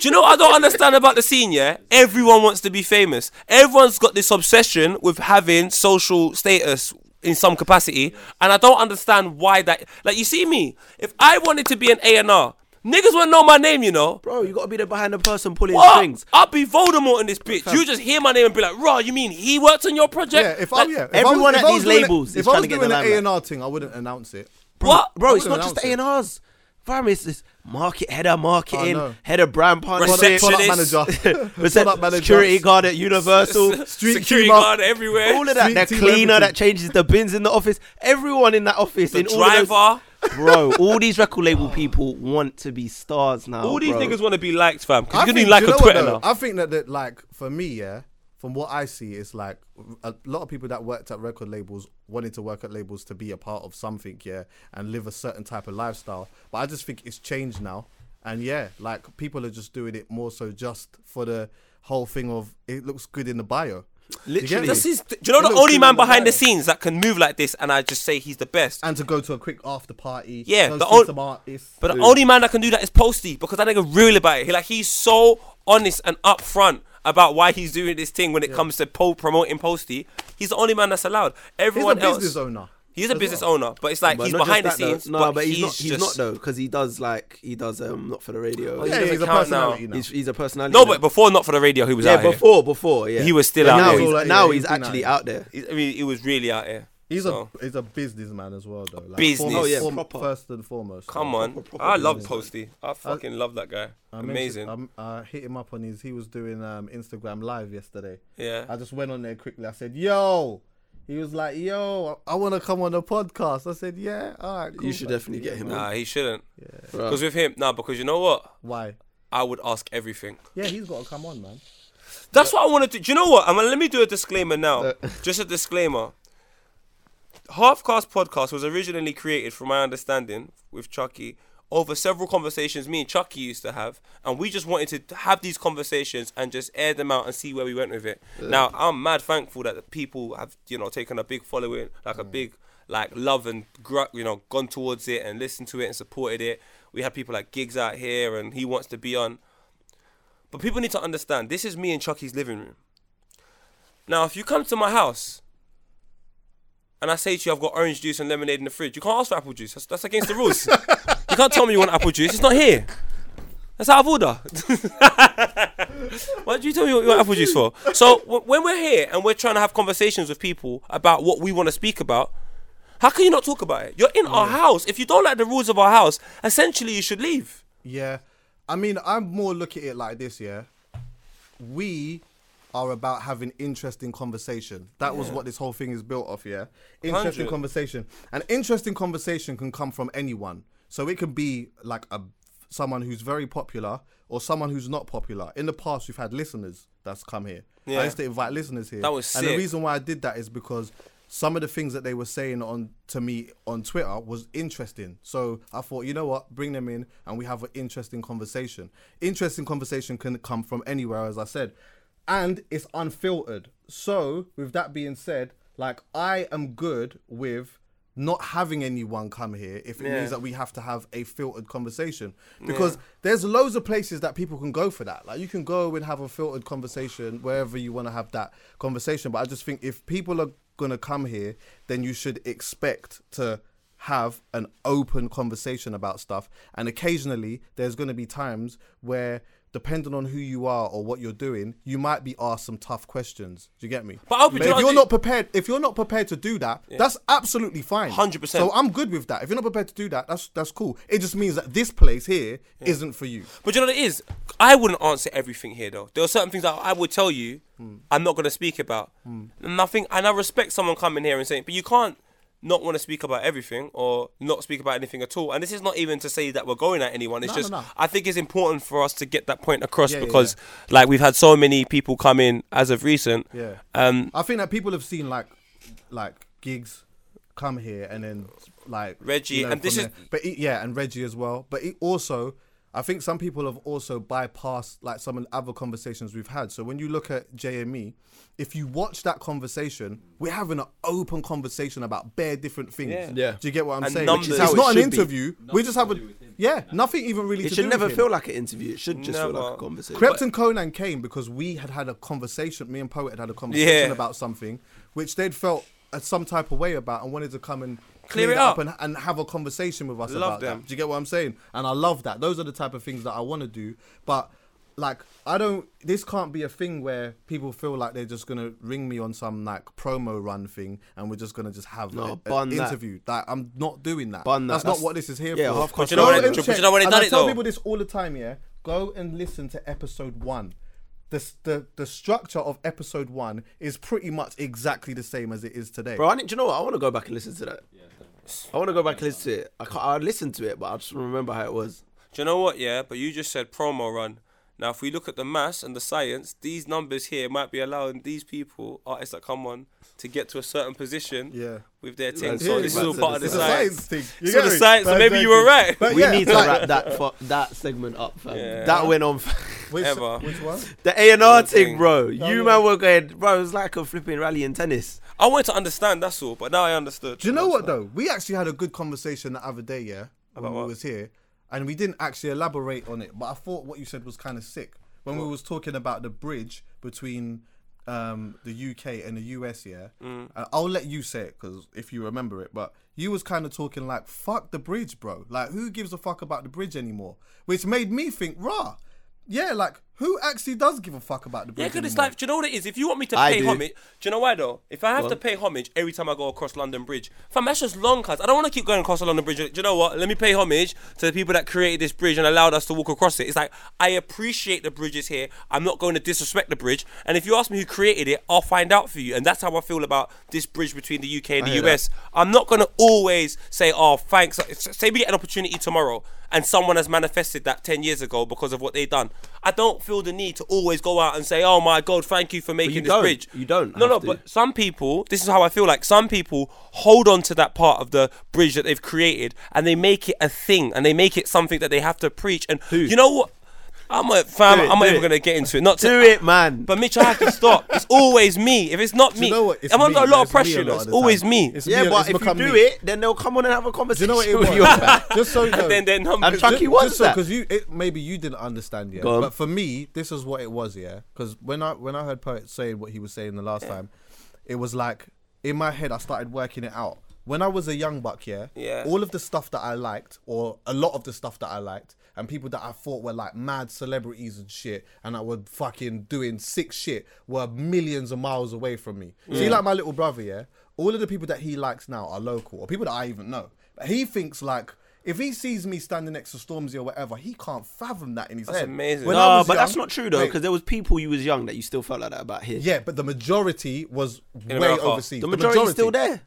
you know what I don't understand about the scene, yeah? Everyone wants to be famous. Everyone's got this obsession with having social status in some capacity. And I don't understand why that... Like, you see me? If I wanted to be an A&R, Niggas won't know my name, you know. Bro, you gotta be there behind the person pulling What? strings. I'll be Voldemort in this bitch. You just hear my name and be like, "Raw, you mean he worked on your project?" Yeah, if like, I yeah, if everyone I at was, if I was these doing a- labels is if I trying was to get in doing the an A limelight. and R thing, I wouldn't announce it. what, Bro, it's I not wouldn't just A and announce R's. Fam, it's, it's market header, marketing, Oh, know. head of brand partnership, Receptionist. Product manager, recep- product manager, security guard at Universal, street security team up. guard everywhere. all of that. Street That team, cleaner everything. that changes the bins in the office. Everyone in that office, the in driver. all All, those, bro. All these record label people want to be stars now. these bro. niggas want to be liked, fam. Cause I you're gonna think- be like do you a know what Twitter though? now. I think that, that like for me, yeah, from what I see, it's like a lot of people that worked at record labels wanted to work at labels to be a part of something, yeah, and live a certain type of lifestyle. But I just think it's changed now, and yeah, like people are just doing it more so just for the whole thing of it looks good in the bio. You get Literally. me? This This is- do you know It the looks only good man in the behind the bio. scenes that can move like this, and I just say he's the best. and to go to a quick after party. Yeah, no the on- system artists. But the only man that can do that is Posty because that nigga real about it. He like he's so honest and upfront about why he's doing this thing when it comes to po- promoting Posty. He's the only man that's allowed. he's Everyone a else, business owner. He's a as business well. owner, but it's like But he's not just behind the that, though. scenes. No, but, but, he's, not. He's not just- Oh, though, because he does like he does um not for the radio. yeah, Yeah, doesn't he's a count now. personality now. he's, he's a personality. No, now. but before not for the radio, he was yeah, out here. before before yeah, He was still But out now here. He's, He's all out now here, he's he's been out actually here. out there. He's- I mean, he was really out here. He's So, a he's a businessman as well though. Like, Business. form- Oh, yeah, form- proper. first and foremost. come So on. proper I love businessman. Posty. I fucking love that guy. I mentioned- Amazing. um, I hit him up on his. He was doing um, Instagram live yesterday. Yeah. I just went on there quickly. I said, "Yo." He was like, "Yo, I, want to come on the podcast." I said, "Yeah, all right." Cool. You should definitely get him. Nah, on. he shouldn't. Bruh. Because with him, nah. Because you know what? Why? I would ask everything. Yeah, he's got to come on, man. That's what I want to do. Do you know what? I'm gonna let me do a disclaimer now. Just a disclaimer. Halfcast podcast was originally created, from my understanding, with Chucky over several conversations me and Chucky used to have, and we just wanted to have these conversations and just air them out and see where we went with it. Now I'm mad thankful that the people have you know taken a big following, like a big like love and gr- you know gone towards it and listened to it and supported it. We had people like gigs out here, and he wants to be on. But people need to understand this is me and Chucky's living room. Now, if you come to my house and I say to you, I've got orange juice and lemonade in the fridge, you can't ask for apple juice. That's, that's against the rules. you can't tell me you want apple juice. It's not here. That's out of order. Why do you tell me what you want apple juice for? So, w- when we're here and we're trying to have conversations with people about what we want to speak about, how can you not talk about it? You're in our house. If you don't like the rules of our house, essentially you should leave. Yeah. I mean, I more look at it like this, yeah. We are about having interesting conversation. That was what this whole thing is built off, yeah. Interesting Hundred. conversation. An interesting conversation can come from anyone. So it can be like a someone who's very popular or someone who's not popular. In the past we've had listeners that's come here. Yeah. I used to invite listeners here. That was And the sick. reason why I did that is because some of the things that they were saying on to me on Twitter was interesting. So I thought, you know what, bring them in and we have an interesting conversation. Interesting conversation can come from anywhere, as I said, and it's unfiltered. So with that being said, like I am good with not having anyone come here if it Yeah. means that we have to have a filtered conversation because there's loads of places that people can go for that like you can go and have a filtered conversation wherever you want to have that conversation but i just think if people are going to come here then you should expect to have an open conversation about stuff and occasionally there's going to be times where depending on who you are or what you're doing you might be asked some tough questions do you get me But I'll be- if do you know- you're not prepared if you're not prepared to do that that's absolutely fine 100%. so I'm good with that. If you're not prepared to do that, that's that's cool. It just means that this place here not for you. But you know what it is? I wouldn't answer everything here though. There are certain things that I would tell you I'm not gonna speak about. And I think and I respect someone coming here and saying, but you can't not want to speak about everything or not speak about anything at all. And this is not even to say that we're going at anyone. It's No, just no, no. I think it's important for us to get that point across Yeah, yeah, because like we've had so many people come in as of recent. Yeah. Um I think that people have seen like like gigs come here and then like Reggie, and from this is- there. but it, yeah, and Reggie as well. But it also I think some people have also bypassed like some of the other conversations we've had. So when you look at JME, if you watch that conversation, we're having an open conversation about bare different things. Yeah. Yeah. Do you get what I'm And saying? numbers. It's Which is how it not an should be. interview. we just have a yeah, nothing even really. It to should do never with him. feel like an interview. It should just feel like Never. a conversation. Crept and Conan came because we had had a conversation. Me and Poet had had a conversation Yeah. about something which they'd felt uh, some type of way about and wanted to come and Clear it that up. and, and have a conversation with us Love about them. that. Do you get what I'm saying? And I love that. Those are the type of things that I want to do. But like, I don't. This can't be a thing where people feel like they're just gonna ring me on some like promo run thing, and we're just gonna just have No, a- bun an that. interview. Like, I'm not doing that. Bun that. That's, That's- not what this is here yeah, for. half But you know Go when it- and but check- you know when it and done I it tell though? people this all the time. Yeah, go and listen to episode one. The, s- the, the structure of episode one is pretty much exactly the same as it is today. Bro, I need, do you know what? I want to go back and listen to that. I want to go back and listen to it. I can't, I listened to it, but I just don't remember how it was. Do you know what? Yeah, but you just said promo run. Now, if we look at the mass and the science, these numbers here might be allowing these people, artists that come on, to get to a certain position Yeah. with their thing. Like, So yeah, this is man, all so part of the this It's is a science. science thing. You It's all get the me? science, so Like, maybe you were right. But we yeah, need to like- wrap that fu- that segment up, fam. Yeah. That went on. For- Which, Ever. which one? the A and R Another thing. thing, bro. you yeah. man were going, bro. It was like a flipping rally in tennis. I wanted to understand, that's all, but now I understood. Do you know what though? We actually had a good conversation the other day, yeah, when we what? was here, and we didn't actually elaborate on it. But I thought what you said was kind of sick when we was talking about the bridge between um, the UK and the US. Yeah, Mm. and I'll let you say it because if you remember it, but you was kind of talking like "fuck the bridge, bro." Like, who gives a fuck about the bridge anymore? Which made me think, rah, yeah, like who actually does give a fuck about the Yeah, bridge? because it's anymore? like, do you know what it is? If you want me to I pay do. homage, do you know why though? If I have to on. pay homage every time I go across London Bridge, fam, that's just long, cuz. I don't want to keep going across the London Bridge. Do you know what? Let me pay homage to the people that created this bridge and allowed us to walk across it. It's like, I appreciate the bridges here. I'm not going to disrespect the bridge. And if you ask me who created it, I'll find out for you. And that's how I feel about this bridge between the UK and I the hear that. US. I'm not going to always say, oh, thanks. Say we get an opportunity tomorrow and someone has manifested that 10 years ago because of what they done. I don't feel the need to always go out and say, oh my God, thank you for making you this don't. bridge. You don't No, no, have to. but some people, this is how I feel like some people hold on to that part of the bridge that they've created and they make it a thing and they make it something that they have to preach. And you know what? I'm a fam. Do it, I'm not do even it. gonna get into it. Not to, Do it, man. But Mitch, I have to stop. It's always me. If it's not me, you know what? It's I'm under me, a lot man. of It's me a pressure. you lot know, of It's the always time. me. It's yeah, me- but it's if you become do me. it, then they'll come on and have a Do you conversation know what it with was? you. man. Just so you know. And then their numbers. Chucky Ju- was just so, that? Because you, it, maybe you didn't understand, yeah. Go on. But for me, this is what it was, yeah. Because when I when I heard poet saying what he was saying the last time, it was like in my head I started working it out. When I was a young buck, yeah, Yeah. all of the stuff that I liked, or a lot of the stuff that I liked, and people that I thought were like mad celebrities and shit, and I were fucking doing sick shit, were millions of miles away from me. Mm. See, like my little brother, yeah. All of the people that he likes now are local, or people that I even know. But he thinks like. If he sees me standing next to Stormzy or whatever, he can't fathom that in his head. amazing. When I No, was but that's young- not true though, Wait, because there was people you was young that you still felt like that about here. yeah, but the majority was way America. overseas. the majority's still there.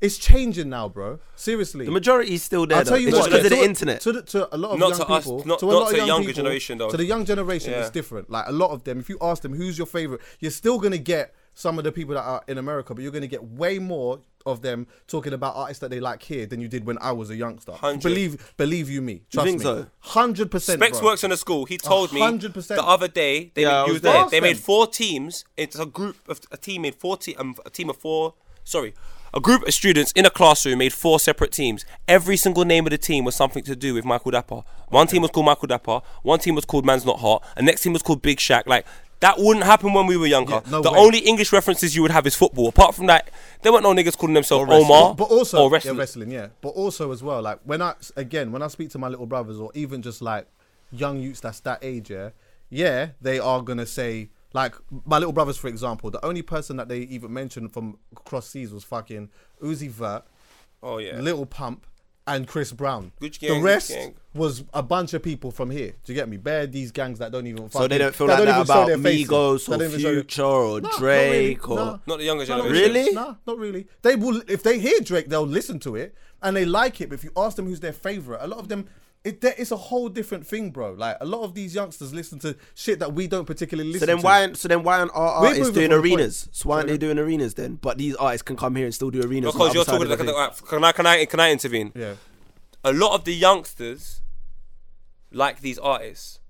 It's changing now, bro. Seriously, The majority's still there. I'll tell you though. what, it's just because to of a- the internet. To, the, to a lot of Not young to us, people, not- to a not lot to of young younger people, generation, though. To the young generation, Yeah. it's different. Like a lot of them, if you ask them who's your favorite, you're still gonna get some of the people that are in America, but you're gonna get way more of them talking about artists that they like here than you did when I was a youngster. 100. Believe, believe you me. Trust think me. so? Hundred percent. Specs works in a school. He told me 100%. the other day. They Yeah, made, I you was was there. there. Ask They made them. four teams. It's a group of a team made four te- um, a team of four. Sorry, a group of students in a classroom made four separate teams. Every single name of the team was something to do with Michael Dapper. One team was called Michael Dapper. One team was called Man's Not Hot. And next team was called Big Shaq. Like that wouldn't happen when we were younger. Yeah, no the way. only English references you would have is football. Apart from that, there weren't no niggas calling themselves Omar But also or wrestling. Yeah, wrestling, yeah. But also as well, like when I again when I speak to my little brothers or even just like young youths that's that age, yeah, yeah, they are gonna say like my little brothers, for example, the only person that they even mentioned from across seas was fucking Uzi Vert, oh yeah. Little Pump, and Chris Brown. Gucci the Gang, Gucci rest Gang. was a bunch of people from here. Do you get me? Bare these gangs that don't even. so fucking- they don't feel that like that even show about their faces. Migos That or don't even show their- Future or Nah, not really, Drake or. nah. Not the younger Not generation. Really? Nah, not really. They will if they hear Drake, they'll listen to it and they like it. But if you ask them who's their favorite, a lot of them, it there, it's a whole different thing, bro. Like a lot of these youngsters listen to shit that we don't particularly So listen. then to. why? So then why aren't our We're artists moving doing from the point- arenas? So why aren't they doing arenas then? But these artists can come here and still do arenas. on the Because other you're side talking of the like, thing. like, can I can I can I intervene? Yeah. a lot of the youngsters like these artists.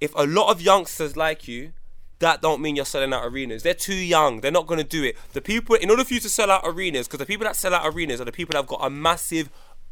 If a lot of youngsters like you, that don't mean you're selling out arenas. They're too young. They're not going to do it. The people, in order for you to sell out arenas, because the people that sell out arenas are the people that have got a massive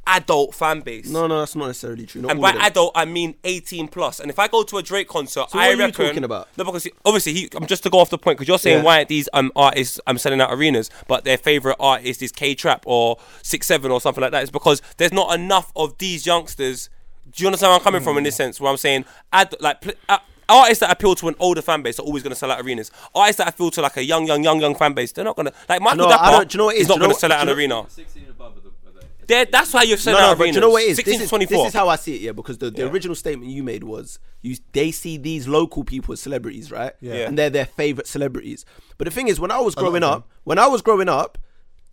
adult fan base. No, no, that's not necessarily true. Not And all by of them. adult, I mean 18 plus. And if I go to a Drake concert, So what I are you reckon. talking about? No, because he- obviously, he, I'm just to go off the point because you're saying Yeah. why these um artists I'm selling out arenas, but their favorite artist is K Trap or Six Seven or something like that. It's because there's not enough of these youngsters. Do you understand where I'm coming from in Mm. this sense? Where I'm saying, ad, like. Pl- uh, Artists that appeal to an older fan base are always going to sell out arenas. Artists that appeal to like a young, young, young, young fan base, they're not going to like Michael know what- I Dapper. don't- do you know what it he's is? not Do you know going to what- sell out do an you arena. 16 and above. Are the, are the, They're, that's why you're selling no, no, out but arenas. you know what it is? 16 this, to is 24. this is how I see it, yeah, because the, the Yeah. original statement you made was you they see these local people as celebrities, right? Yeah. And they're their favorite celebrities. But the thing is, when I was growing up, when I was growing up,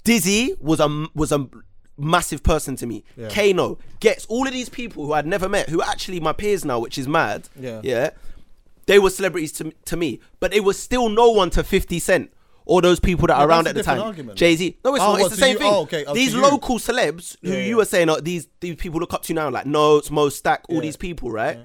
Dizzy was a was a massive person to me. Kano gets all of these people who I'd never met, who are actually my peers now, which is mad. Yeah. Yeah. They were celebrities to, to me, but they were still no one to 50 Cent or those people that are around that's at a the different time. argument. Jay Z. No, it's Oh, not. well, It's the to same you- thing. oh, okay, oh, to These you. local cool celebs who Yeah, you yeah. were saying oh, these these people look up to now, like Notes, Mo Stack, all Yeah. these people, right?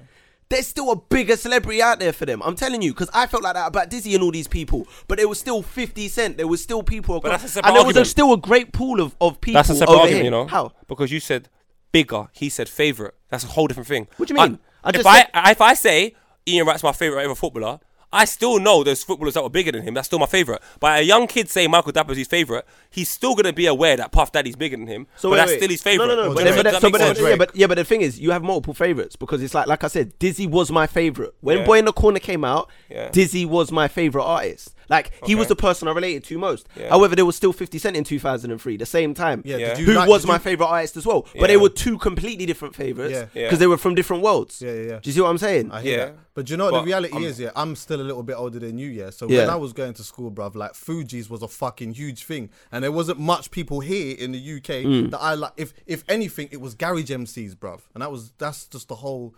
There's still a bigger celebrity out there for them. I'm telling you, because I felt like that about Dizzy and all these people, but there was still 50 Cent, there was still people, across, that's a separate and there was a- argument. still a great pool of, of people. That's a separate over argument, here. you know. How? Because you said bigger, he said favorite. That's a whole different thing. What do you mean? I I, just if I said- if I say Ian Wright's my favorite ever footballer, I still know there's footballers that were bigger than him. That's still my favorite. But a young kid saying Michael Dapper's his favorite, he's still gonna be aware that Puff Daddy's bigger than him. So but wait, that's wait. still his favorite. No, no, no. Or but then, Drake. but, That so, makes but, sense. yeah, but yeah, but the thing is, you have multiple favorites because it's like, like I said, Dizzy was my favorite. When Yeah. Boy in the Corner came out, Yeah. Dizzy was my favorite artist. Like he was Okay. the person I related to most. Yeah. However, there was still 50 Cent in 2003, the same time. Yeah, Yeah. Did you who like- was did my you- favorite artist as well. But they Yeah. were two completely different favorites Yeah. because Yeah. they were from different worlds. Yeah, yeah, yeah. Do you see what I'm saying? I hear Yeah. that. But do you know what But the reality I'm- is? Yeah, I'm still a little bit older than you. Yeah, so when Yeah. I was going to school, bruv, like Fuji's was a fucking huge thing, and there wasn't much people here in the UK Hmm. that I like. If if anything, it was garage MCs, bruv, and that was that's just the whole.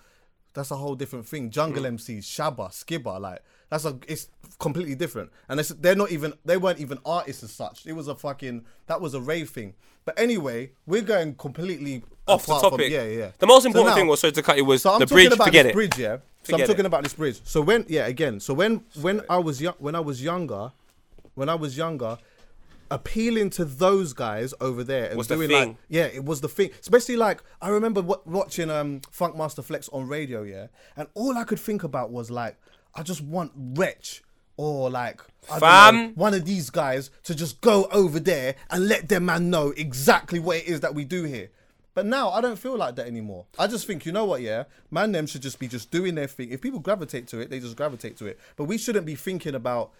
That's a whole different thing. Jungle Hmm. MCs, Shabba, Skibba, like that's a it's completely different. And it's, they're not even they weren't even artists as such. It was a fucking that was a rave thing. But anyway, we're going completely Off the apart from- topic. yeah, yeah. The most So now- important thing was sorry to cut you was so I'm the talking bridge about to get this it. bridge, yeah. So I'm Forget talking it. about this bridge. So when, yeah, again. So when, when I was young, when I was younger, when I was younger, appealing to those guys over there and Was the doing thing. like, yeah, it was the thing. Especially like I remember wa- watching um Funk Master Flex on radio, yeah, and all I could think about was like, I just want Wretch or like. I don't know, Fam. one of these guys to just go over there and let them man know exactly what it is that we do here. But now I don't feel like that anymore. I just think, you know what, yeah, man, them should just be just doing their thing. If people gravitate to it, they just gravitate to it. But we shouldn't be thinking about,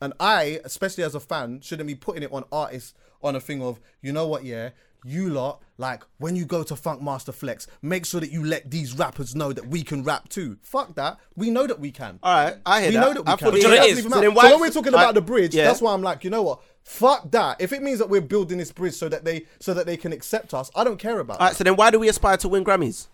and I, especially as a fan, shouldn't be putting it on artists on a thing of, you know what, yeah, you lot, like when you go to Funk Master Flex, make sure that you let these rappers know that we can rap too. Fuck that. We know that we can. All right, I hear we that. know that we I can. fully hear that. It doesn't even So then matter. why- So when we're talking I- about the bridge, yeah. that's why I'm like, you know what? Fuck that. If it means that we're building this bridge so that they so that they can accept us, I don't care about All that. right, so then why do we aspire to win Grammys?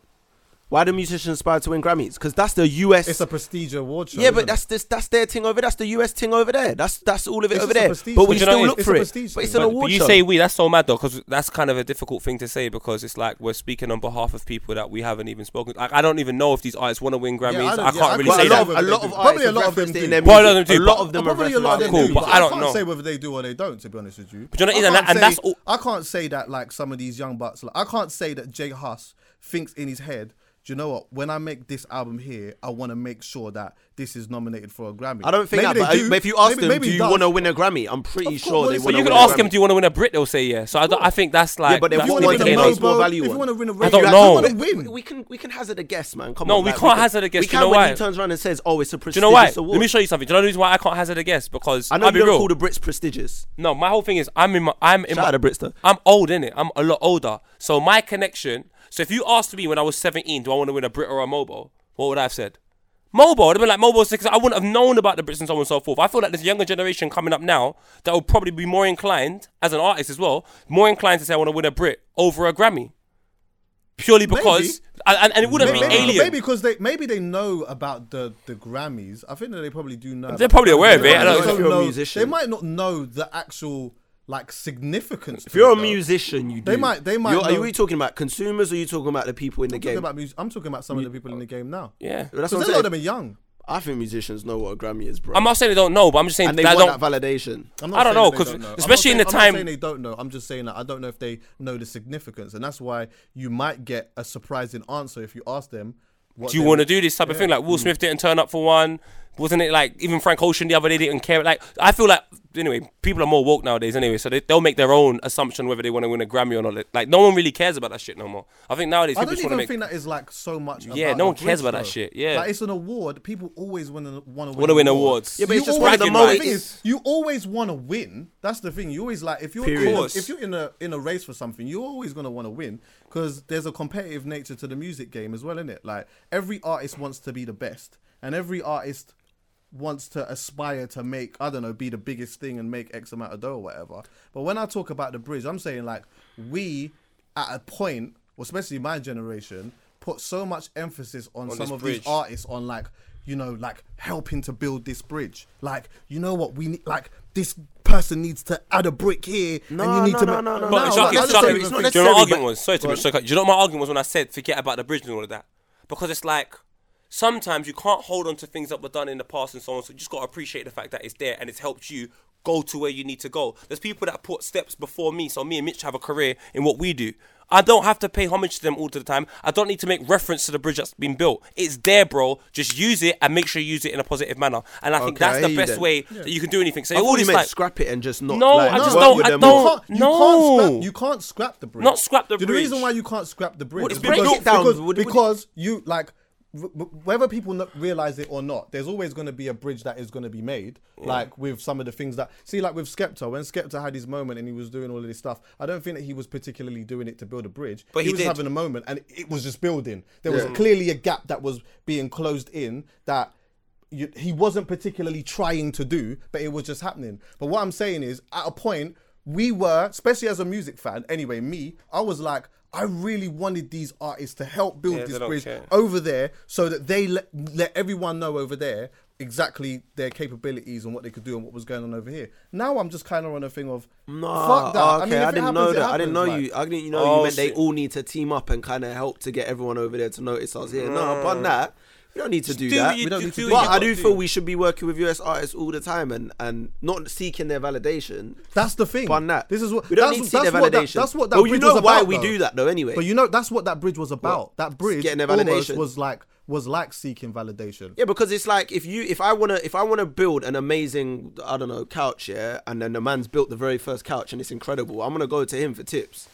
Why do musicians aspire to win Grammys? Because that's the US. It's a prestige award show. yeah, but isn't that's this, that's their thing over. That's the US thing over there. That's that's all of it It's over just a there. prestige But thing. we But you know still what it is? look It's a for it. prestige But it's an thing. But, award but you show. say we, that's so mad though, because that's kind of a difficult thing to say because it's like we're speaking on behalf of people that we haven't even spoken. Like I don't even know if these artists want to win it? Grammys. Yeah, I, don't- can't yeah, really Well, can't a say lot that. say of- whether a they lot do. of probably a artists lot have of them referenced it do. in their Probably a lot of music. them do, A lot but- of them have Probably a referenced lot of it. them Cool, do, but but I don't can't know. say whether they do or they don't. To be honest with you, you know what it is, and I can't that- and say- that's all- I can't say that like some of these young bucks. Like, I can't say that Jay Huss thinks in his head. Do you know what? When I make this album here, I want to make sure that this is nominated for a Grammy. I don't think that, Maybe but, they do. but if you ask Maybe- them, maybe do he you does. want to win a Grammy? I'm pretty Of course, sure well, they want it's- But to you win can a ask Grammy. them, do you want to win a Brit? They'll say yes. So I, don't, I think that's like. Yeah, but they that's If you want the want to to win win a indicator. Nobel, a Nobel Value If you Award. want to win a I don't like, know. You want But to win. We can we can hazard a guess, man. Come No, on. we like, can't hazard a guess. We Do can you know when why? he turns around and says, "Oh, it's a Do you prestigious know why? award." Let me show you something. Do you know the reason why I can't hazard a guess? Because I know you I'll be don't real. call the Brits prestigious. no, my whole thing is I'm in my I'm in Shout out my to Brits though. I'm old in it. I'm a lot older. So my connection. So if you asked me when I was 17, do I want to win a Brit or a Mobile? What would I have said? Mobile. I'd have been like Mobile because I wouldn't have known about the Brits and so on and so forth. I feel like there's a younger generation coming up now that will probably be more inclined, as an artist as well, more inclined to say I want to win a Brit over a Grammy, purely because and, and- and it wouldn't Maybe- be alien. Maybe because they maybe they know about the the Grammys. I think that they probably do know. They're about probably the aware Grammys. of it. They I might don't- not If you're a know- musician. they might not know the actual like significance. If you're a musician, you They do. might- they might You're- Are know- you talking about consumers or are you talking about the people in the talking game? about music, I'm talking about some of the people in the game now. yeah. That's So what a I'm lot of saying. them are young. I think musicians know what a Grammy is, bro. I'm not saying they don't know, but I'm just saying and they they, want don't. that validation. I'm I saying don't that know, they 'cause don't know. I'm not especially saying- in the I'm time- not saying they don't know. I'm just saying that I don't know if they know the significance, and that's why you might get a surprising answer if you ask them. What Mm. do you they- want to do this type of thing? Like Will Smith didn't turn up for one. Wasn't it like even Frank Ocean the other day didn't care? Like I feel like anyway, people are more woke nowadays anyway, so they, they'll make their own assumption whether they want to win a Grammy or not. Like no one really cares about that shit no more. I think nowadays I people don't just even want to make think that is like so much. Yeah, about no the one cares bridge, about that though. shit, yeah. like it's an award. People always want to want to Wanna win awards. Yeah, but You it's just one of the always- bragging the rights. thing is, you always want to win. That's the thing. You always like if you're Period. in a, Course. if you're in a in a race for something, you're always gonna want to win because there's a competitive nature to the music game as well, is it? Like every artist wants to be the best, and every artist wants to aspire to make I don't know, be the biggest thing and make X amount of dough or whatever. But when I talk about the bridge, I'm saying like we at a point, especially my generation, put so much emphasis on, this some of bridge. these artists on like you know like helping to build this bridge like you know what we need like this person needs to add a brick here and No, you need no, to no, ma- no, no, But No, Chuck, but is- that's not Chuck, do even- you it's know not what my necessary, argument but- was? Sorry to be so cut. Do you know what my argument was when I said forget about the bridge and all of that? Because it's like sometimes you can't hold on to things that were done in the past and so on. So you just gotta appreciate the fact that it's there and it's helped you go to where you need to go. There's people that put steps before me, so me and Mitch have a career in what we do. I don't have to pay homage to them all the time. I don't need to make reference to the bridge that's been built. It's there, bro. Just use it and make sure you use it in a positive manner. And I think Okay, I that's hear the you best then. way that you can do anything. So I all thought you this meant like scrap it and just not. No, like, I just work don't- with I them don't- you all. can't, you can't No. scrap, you can't scrap the bridge. Not scrap the The bridge. reason why you can't scrap the bridge What- is break because, it down. because, Would- would- because you like w- w- whether people not realize it or not, there's always going to be a bridge that is going to be made. Like with some of the things that see, like with Skepta, when Skepta had his moment and he was doing all of this stuff, I don't think that he was particularly doing it to build a bridge. But he was did. having a moment, and it was just building. There was clearly a gap that was being closed in that you, he wasn't particularly trying to do, but it was just happening. But what I'm saying is, at a point, we were, especially as a music fan, anyway, me, I was like, I really wanted these artists to help build Yeah, they this don't bridge care. over there so that they let, let everyone know over there exactly their capabilities and what they could do and what was going on over here. Now I'm just kind of on a thing of, Nah, fuck that. Ah, Okay, I, I, mean, if it didn't happens, know it that. I didn't know happens, like- you. I didn't you know Oh, you meant they shit. all need to team up and kind of help to get everyone over there to notice us here. No, upon that, we don't need to do, Ah. do that. what you we don't do- need do to. what But you I gotta do do. feel we should be working with US artists all the time and and not seeking their validation. That's the thing. Upon that, This is what we don't that's, need to seek that's their validation. what that, that's what that Well, bridge you know was why about, we though. do that though. Anyway, But you know, that's what that bridge was about. That bridge Getting their almost validation. was like was like seeking validation. Yeah, because it's like if you if I wanna if I wanna build an amazing I don't know couch yeah, and then the man's built the very first couch and it's incredible. I'm gonna go to him for tips,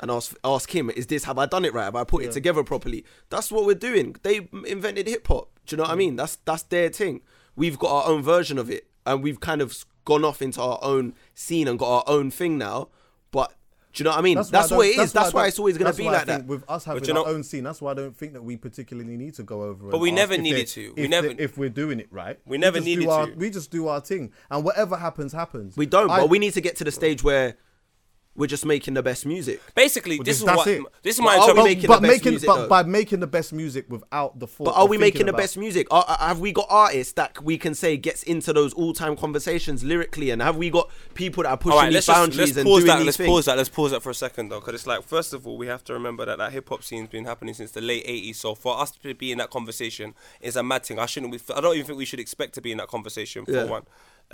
and ask ask him is this have I done it right? Have I put it together properly? That's what we're doing. They invented hip hop. Do you know what I mean? That's that's their thing. We've got our own version of it, and we've kind of gone off into our own scene and got our own thing now. But do you know what I mean? That's, why I don't- what it is. That's, I why don't- it's always gonna that's be why I like that. think With us having you our know- own scene, that's why I don't think that we particularly need to go over. But we never needed to. We if never- they- if we're doing it right, we never just do needed our- to. We just do our thing, and whatever happens, happens. We don't, I- but we need to get to the stage where we're just making the best music. basically this just- is that's what it. this is my But are we interpretation. making the But, but best making, music, but though? by making the best music without the thought. But are of we thinking making the about- best music? Are, are- have we got artists that we can say gets into those all-time conversations lyrically? And have we got people that are pushing All right, these let's just, boundaries let's and pause doing that. these Let's things? pause that. Let's pause that for a second though, because it's like first of all we have to remember that that hip hop scene's been happening since the late '80s. So for us to be in that conversation is a mad thing. I shouldn't. be- I don't even think we should expect to be in that conversation for Yeah. one.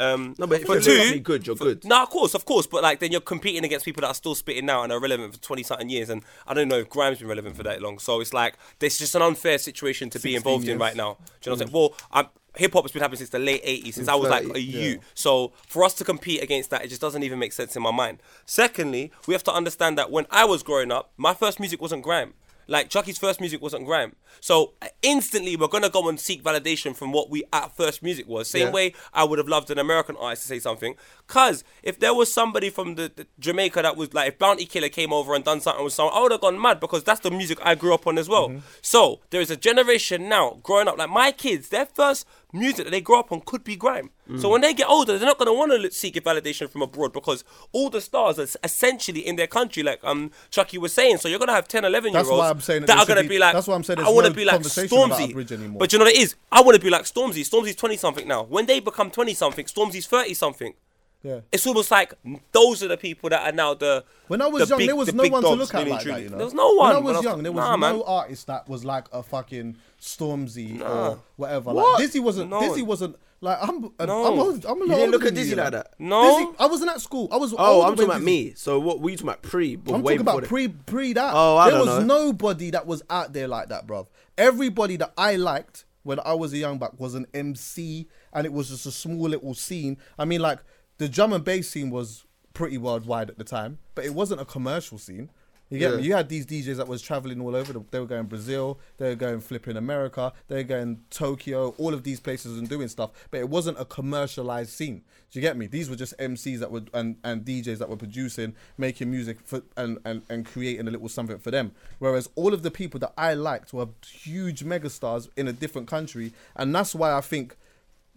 Um, No, but if for you're lyrically good, you're for- good. No, of course, of course, but like then you're competing against people that are still spitting now and are relevant for twenty something years, and I don't know if Grime's been relevant for that long. So it's like this is just an unfair situation to be involved in years. right now. Mm. Do you know what I'm saying? Well, I'm, hip hop has been happening since the late '80s, since I was like a 30, youth. So for us to compete against that, it just doesn't even make sense in my mind. Secondly, we have to understand that when I was growing up, my first music wasn't grime. Like Chucky's first music wasn't grime. So instantly we're gonna go and seek validation from what we at first music was. Same Yeah. way I would have loved an American artist to say something. Cause if there was somebody from the, the Jamaica that was like if Bounty Killer came over and done something with someone, I would have gone mad because that's the music I grew up on as well. Mm-hmm. So there is a generation now growing up, like my kids, their first music that they grow up on could be grime. Mm. So when they get older, they're not going to want to seek validation from abroad because all the stars are s- essentially in their country, like um Chucky was saying. So you're going to have 10, 11 year That's olds why I'm saying that that there are going to should be, be- like, that's why I'm saying I there's want to no be like conversation about Stormzy. Abridge anymore. But you know what it is? I want to be like Stormzy. Stormzy's 20 something now. When they become 20 something, Stormzy's 30 something. Yeah. It's almost like those are the people that are now the. When I was the young, big- there was the no big one to dogs look at really like that. truly. You know? There was no one. When I was when young, there was nah, no man. artist that was like a fucking Stormzy or whatever. What? Like Dizzy wasn't. No. Dizzy wasn't. Like I'm. I'm, No. I'm, old, I'm You a lot didn't look older at than Dizzy you, like know? that? No. Dizzy, I wasn't at school. I was. Oh, older I'm when talking about Dizzy- me. So what were you talking about pre? But I'm way talking about before pre pre that. Oh, I there don't was know. nobody that was out there like that, bruv. Everybody that I liked when I was a young buck was an MC, and it was just a small little scene. I mean, like the drum and bass scene was pretty worldwide at the time, but it wasn't a commercial scene. You get Yeah. me? You had these DJs that was traveling all over. The, they were going Brazil, they were going flipping America, they were going Tokyo, all of these places and doing stuff. But it wasn't a commercialized scene. Do you get me? These were just MCs that were and, and DJs that were producing, making music for, and, and and creating a little something for them. Whereas all of the people that I liked were huge megastars in a different country, and that's why I think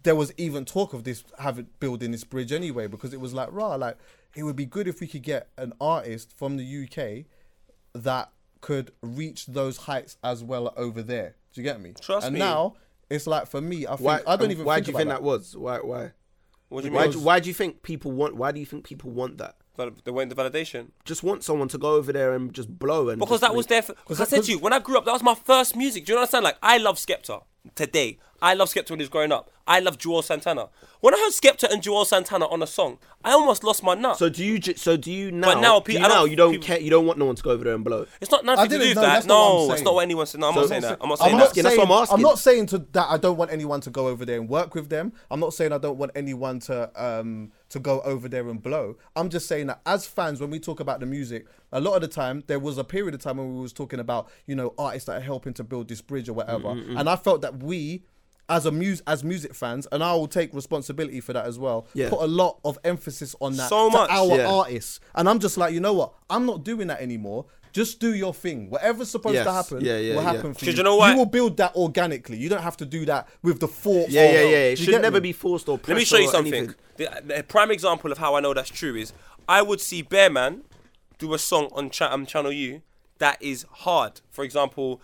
there was even talk of this having building this bridge anyway because it was like rah like it would be good if we could get an artist from the UK that could reach those heights as well over there. Do you get me? Trust and me. now it's like for me, I think why? um, I don't even. Why think do you about think that was? Why? Why? What do you Why, mean? do- why do you think people want? Why do you think people want that? Val- They went to validation. Just want someone to go over there and just blow and Because just that make- was their. f- 'cause I that- said 'cause- to you, when I grew up, that was my first music. Do you understand? Like, I love Skepta today. I love Skepta when he was growing up. I love Joel Santana. When I heard Skepta and Joel Santana on a song, I almost lost my nut. So do you? ju- So do you now? now do pe- you I don't- now you don't people- care. You don't want no one to go over there and blow. it's not nothing to do didn't with know, that. that's not what No, I'm it's not saying. what anyone said. No, I'm So- not saying that. I'm not saying I'm that. not asking, that's what I'm asking. I'm not saying to that I don't want anyone to go over there and work with them. I'm not saying I don't want anyone to um to go over there and blow. I'm just saying that as fans, when we talk about the music, a lot of the time there was a period of time when we was talking about you know artists that are helping to build this bridge or whatever, Mm, and I felt that we. As a mus- as music fans, and I will take responsibility for that as well. Yeah. Put a lot of emphasis on that So to much, our yeah. artists, and I'm just like, you know what? I'm not doing that anymore. Just do your thing. Whatever's supposed Yes. to happen Yeah, yeah, will yeah. happen for 'Cause you know what? will build that organically. You don't have to do that with the thought. Yeah, of, yeah, yeah. Do It you should get never me? be forced or Let me show you something. The, the prime example of how I know that's true is I would see Bearman do a song on Cha- um, Channel U that is hard. For example,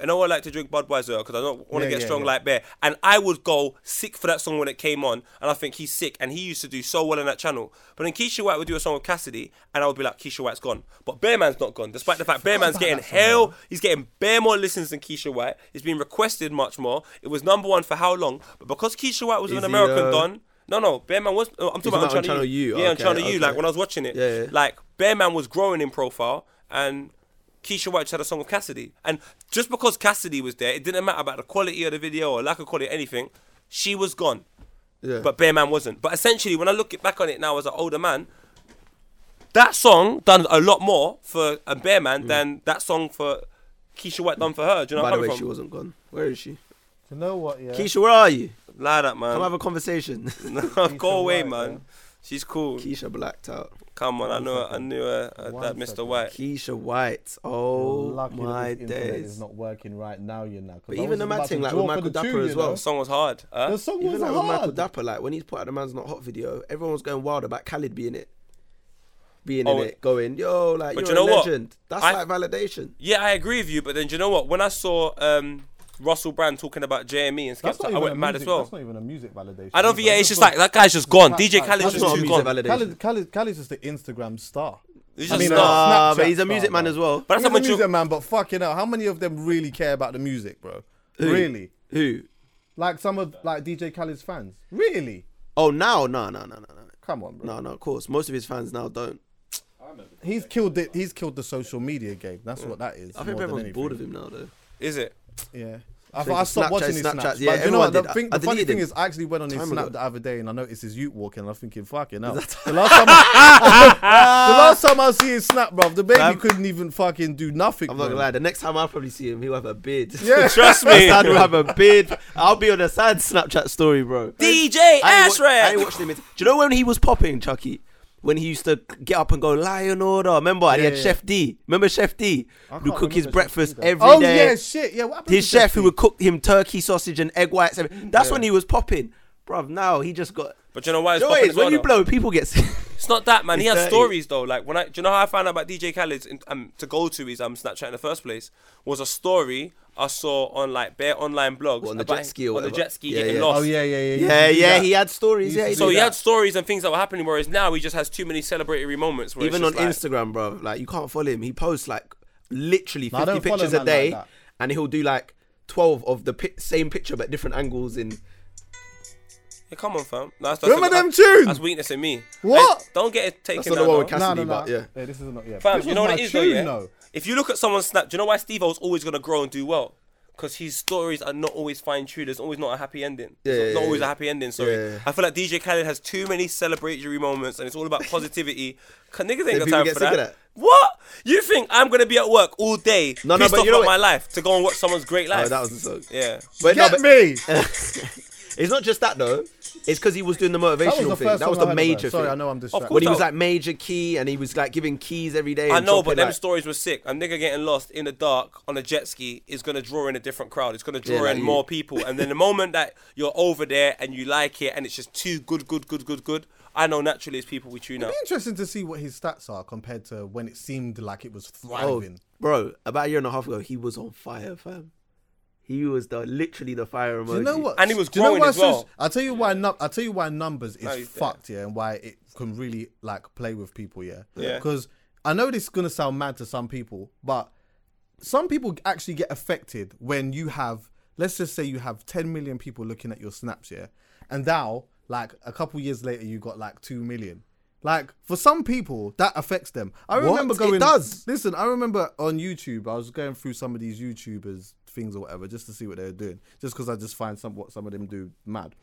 I know I like to drink Budweiser because I don't want to Yeah, get yeah, strong yeah. like Bear, and I would go sick for that song when it came on, and I think he's sick, and he used to do so well in that channel. But then Keisha White would do a song with Cassidy, and I would be like, Keisha White's gone, but Bearman's not gone, despite the fact Bearman's about getting that song, man. hell He's getting bare more listens than Keisha White. He's been requested much more. It was number one for how long? But because Keisha White was Is an he, American uh, Don. No, no, Bearman was. no, I'm talking about not on Channel U. Yeah, on Okay, Channel U. Like okay. when I was watching it, Yeah, yeah. like Bearman was growing in profile, and Keisha White just had a song with Cassidy. And just because Cassidy was there, it didn't matter about the quality of the video or lack of quality, anything. She was gone, Yeah. but Bearman wasn't. But essentially, when I look it back on it now as an older man, that song done a lot more for a bear man than that song for Keisha White done for her. Do you know Mm. By what the I'm way, coming she from? wasn't gone. Where is she? You know what? Yeah. Keisha, where are you? Lie that man. Come have a conversation. Go away, White, man. yeah. She's cool. Keisha blacked out. Come on, I knew her, I knew her, her One dad, Mr. second. White. Keisha White. Oh my days. not working right now. You know. But I even was the mad about to thing, like, with draw for Michael the Dapper tune, as you well. know. The song was hard. huh? The song Even was like with Michael hard. Dapper, like when he's put out the Man's Not Hot video, everyone was going wild about Khalid being it. Being Oh, in it, going, yo, like but you're you know a what? legend. That's I- like validation. Yeah, I agree with you, but then do you know what? When I saw um, Russell Brand talking about JME and That's Skepta, not I even went a mad music- as well. That's not even a music validation. I don't either. think, yeah, it's just not- like, that guy's just gone. DJ That's Khaled's That's just not a too music gone. validation. Khaled, Khaled, Khaled is just the Instagram star. He's I just mean, uh, not. nah, Snapchat but he's a star, music man bro. as well. But that's He's a how much you. music man, but fucking hell, how many of them really care about the music, bro? Really? Who? Like some of like DJ Khaled's fans? Really? Oh, now, no, no, no, no, no, Come on, bro. no, no. Of course, most of his fans now don't. He's killed it. He's killed the social media game. That's what that is. I think more than everyone's bored of anything. him now, though. Is it? Yeah. I, So I his stopped Snapchat- watching his Snapchat- Snapchat. yeah, but you know what? everyone The, did. thing, I the funny deleted thing him. is, I actually went on his Time Snap ago. the other day and I noticed his Ute walking. And I'm thinking, fucking hell. The last time, I, the last time I see his Snap, bruv, the baby Fam. couldn't even fucking do nothing. I'm not gonna lie. The next time I'll probably see him, he'll have a beard. Yeah. Trust My me. dad will have a beard. I'll be on a sad Snapchat story, bro. DJ I ain't wa- I Ashray. ain't watched him. in- Do you know when he was popping, Chucky? When he used to get up and go lion order. Remember, and he Yeah, had yeah. Chef D. Remember Chef D? Who can't cook his remember Chef D breakfast though. every day? Oh yeah, shit. Yeah, what happened His to chef who Jeffy? would cook him turkey sausage and egg whites. every- That's when he was popping, bruv. Now he just got But you know why? It's No, popping wait, as well, when you though? blow, people get sick. It's not that man. He It's has dirty. stories though. Like when I, do you know how I found out about DJ Khaled's in, um, to go to his um Snapchat in the first place was a story I saw on like bare online blogs What, on the about jet him- ski or on the whatever? jet ski Yeah, getting yeah. lost. Oh yeah, yeah, yeah. yeah, you do yeah, that. he had stories. Yeah, he So did he that. had stories and things that were happening, whereas now he just has too many celebratory moments. Where even it's on just like, Instagram, bro. Like you can't follow him. He posts like literally No, I fifty don't follow pictures a a man day, like that. and he'll do like twelve of the pi- same picture but different angles. In Yeah, come on, fam. No, that's, that's Remember that's- them tunes? That's weakness in me. What? Hey, don't get it taken not the down. one though. with Cass- Cassidy, but yeah. This is not yeah. Fam, This you was know what my it is though, tune, yeah? If you look at someone's snap, do you know why Steve O's always gonna grow and do well? Because his stories are not always fine tuned. There's always not a happy ending. Yeah, So- yeah, not yeah, always yeah. a happy ending. Sorry, Yeah, yeah. I feel like DJ Khaled has too many celebratory moments, and it's all about positivity. 'Cause niggas ain't got people time get sick for that. of that. What? You think I'm gonna be at work all day, No, no, pissed but off you know about what- my life, to go and watch someone's great life? oh, that was the song. yeah. But Get no, but me. it's not just that though. It's because he was doing the That was motivational the thing. first. That was song I the heard of major her. Sorry, I thing. know I'm distracted. course When he was that- like major key and he was like giving keys every day. Oh, I and know, dropping, but them like- stories were sick. A nigga getting lost in the dark on a jet ski is gonna draw in a different crowd. It's gonna draw like in you. more people. And then the moment that you're over there and you like it and it's just too good, good, good, good, good, I know naturally it's people we tune out. It'd be interesting to see what his stats are compared to when it seemed like it was Oh, thriving. bro, about a year and a half ago, he was on fire, fam. He was the literally the fire emoji. Do you know what? And he was Do you know growing why as well. soci- I'll tell you why. Num- I'll tell you why numbers is he's there. fucked, yeah, and why it can really like play with people, yeah. Yeah. Because I know this is gonna sound mad to some people, but some people actually get affected when you have, let's just say, you have 10 million people looking at your snaps, yeah, and now like a couple years later, you got like two million. Like for some people, that affects them. I What? remember It going. does. Listen, I remember on YouTube, I was going through some of these YouTubers' things or whatever just to see what they were doing, just because I just find some what some of them do mad.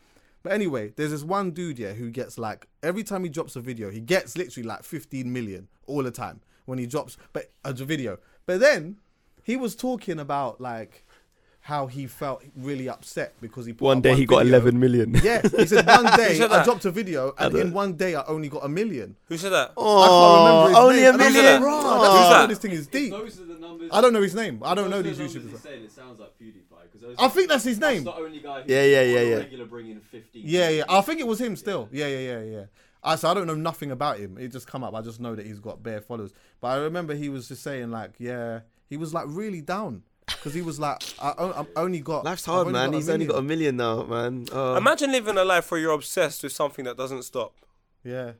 But anyway, there's this one dude here who gets like every time he drops a video, he gets literally like 15 million all the time when he drops but a video. But then he was talking about like how he felt really upset because he put up video. million. Yeah, he said one day said I that? dropped a video and in one day I only got a million. Who said that? Oh, I can't remember his only name. a And I million. was Like, "Rah, Who's that's how that? This thing is deep. Those are the numbers. I don't know his name. I don't know these those numbers YouTubers. he's saying, It sounds like PewDiePie. 'cause those I are- think that's his name. That's the only guy. Who Yeah, yeah, yeah, on a yeah. Regular bringing 15. Yeah, yeah. I think it was him still. Yeah, yeah, yeah, yeah. I, so I don't know nothing about him. It just come up. I just know that he's got bare followers. But I remember he was just saying like, yeah, he was like really down because he was like, I, I, I've only got. Life's I've hard, only man. got a He's only got a million. million now, man. Oh. Imagine living a life where you're obsessed with something that doesn't stop. Yeah.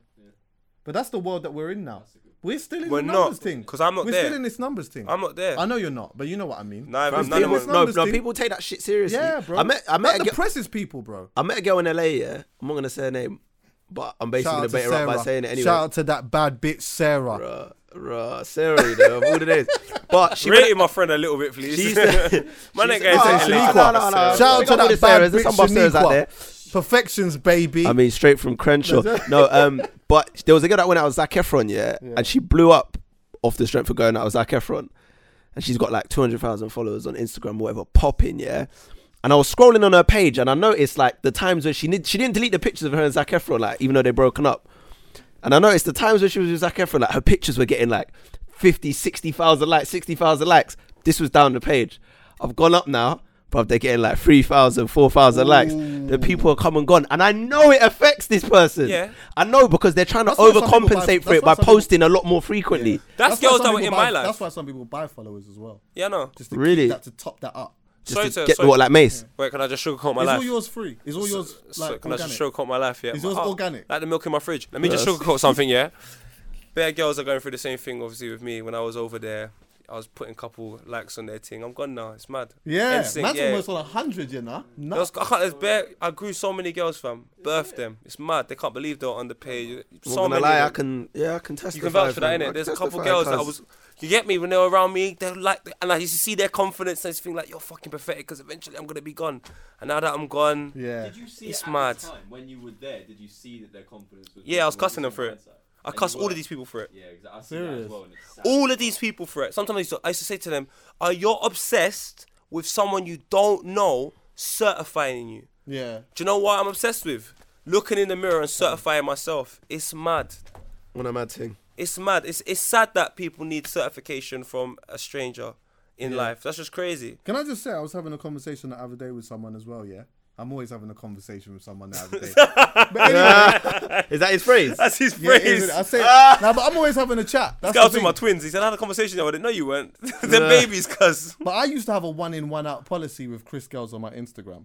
But that's the world that we're in now. We're still in We're the not, numbers thing. 'cause I'm not We're there. still in this numbers thing. I'm not there. I know you're not, but you know what I mean. Nah, We're man, still none in of this us- no, numbers no, thing. people take that shit seriously. Yeah, bro. I met, I met, that a, gi- depresses people, bro. I met a girl in LA. Yeah, I'm not gonna say her name, but I'm basically Shout gonna out, bait to her up Sarah. by saying it anyway. Shout out to that bad bitch, Sarah. Bruh, bruh, Sarah, you know, of all the days. But she Rating my friend a little bit, please. She's Man, the- that Shout out guy's No, to taking no, it. no, no. Shaniqua. Shout Shout out to out to that the Sarahs. bad There's bitch, some bad Sarahs out there. Shaniqua. Perfections, baby. I mean, straight from Crenshaw. no, um, but there was a girl that went out with Zac Efron, yeah, and she blew up off the strength of going out with Zac Efron, and she's got like two hundred thousand followers on Instagram, or whatever, popping, yeah. And I was scrolling on her page, and I noticed like the times where she did, she didn't delete the pictures of her and Zac Efron, like even though they broken up. And I noticed the times when she was with Zac Efron, like her pictures were getting like 50, 60,000 likes, 60,000 likes. This was down the page. I've gone up now, but they're getting like 3,000, 4,000 likes. The people are come and gone. And I know it affects this person. Yeah. I know because they're trying That's to why some people buy- overcompensate for that's it why by some people- posting a lot more frequently. That's, why girls some that were people in buy- my life. That's why some people buy followers as well. yeah, no. Just to Really? keep that to top that up. Just Sorry to to- get sorry- what, like Mace? Wait, can I just sugarcoat my Is life? all yours free? Is all yours So- like can I just organic? sugarcoat my life? Yeah, Is My- yours oh, organic? Like the milk in my fridge. Let me just Yes. sugarcoat something. Yeah, better girls are going through the same thing. Obviously, with me when I was over there, I was putting a couple likes on their thing. I'm gone now. It's mad. Yeah, NSYNC, man's yeah. almost on a hundred, you know. There No, was- I, can't, there's bare, I grew so many girls, fam. Birthed them. It's mad. They can't believe they're on the page. I'm So not many. gonna lie, of I them. can, yeah, I can testify. You can vouch for that, fam. I innit? can There's a couple testify, girls that I cuz- was. You get me? When they were around me, they're like, and I used to see their confidence and everything like, you're fucking pathetic because eventually I'm going to be gone. And now that I'm gone, yeah. Did you see It's it at mad. the time when you were there? Did you see that their confidence was? Yeah, I was what cussing was them in for it. hindsight? I And you cuss all were. of these people for it. Yeah, exactly. I see that as Serious? well. and it's sad. all of these people for it. Sometimes I used to, I used to say to them, "Are you obsessed with someone you don't know certifying you?" Yeah, Do you know what I'm obsessed with? Looking in the mirror and certifying myself. It's mad. On a mad thing. It's mad. It's it's sad that people need certification from a stranger in life. That's just crazy. Can I just say I was having a conversation the other day with someone as well, yeah? I'm always having a conversation with someone the other day. but anyway, Is that his phrase? That's his yeah, it phrase. is, I say no, but I'm always having a chat. That's Got the up to thing. my twins. He said, I had a conversation. I didn't know you weren't. They're babies, cuz. But I used to have a one in one out policy with Chris girls on my Instagram.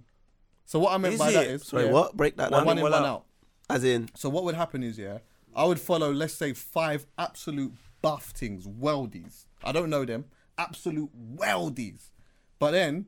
So what I meant Is by that it? is Sorry, yeah, what? Break that One, down. One in in, one, one out. out. As in, So what would happen is yeah, I would follow let's say five absolute buff things, weldies. I don't know them, absolute weldies. But then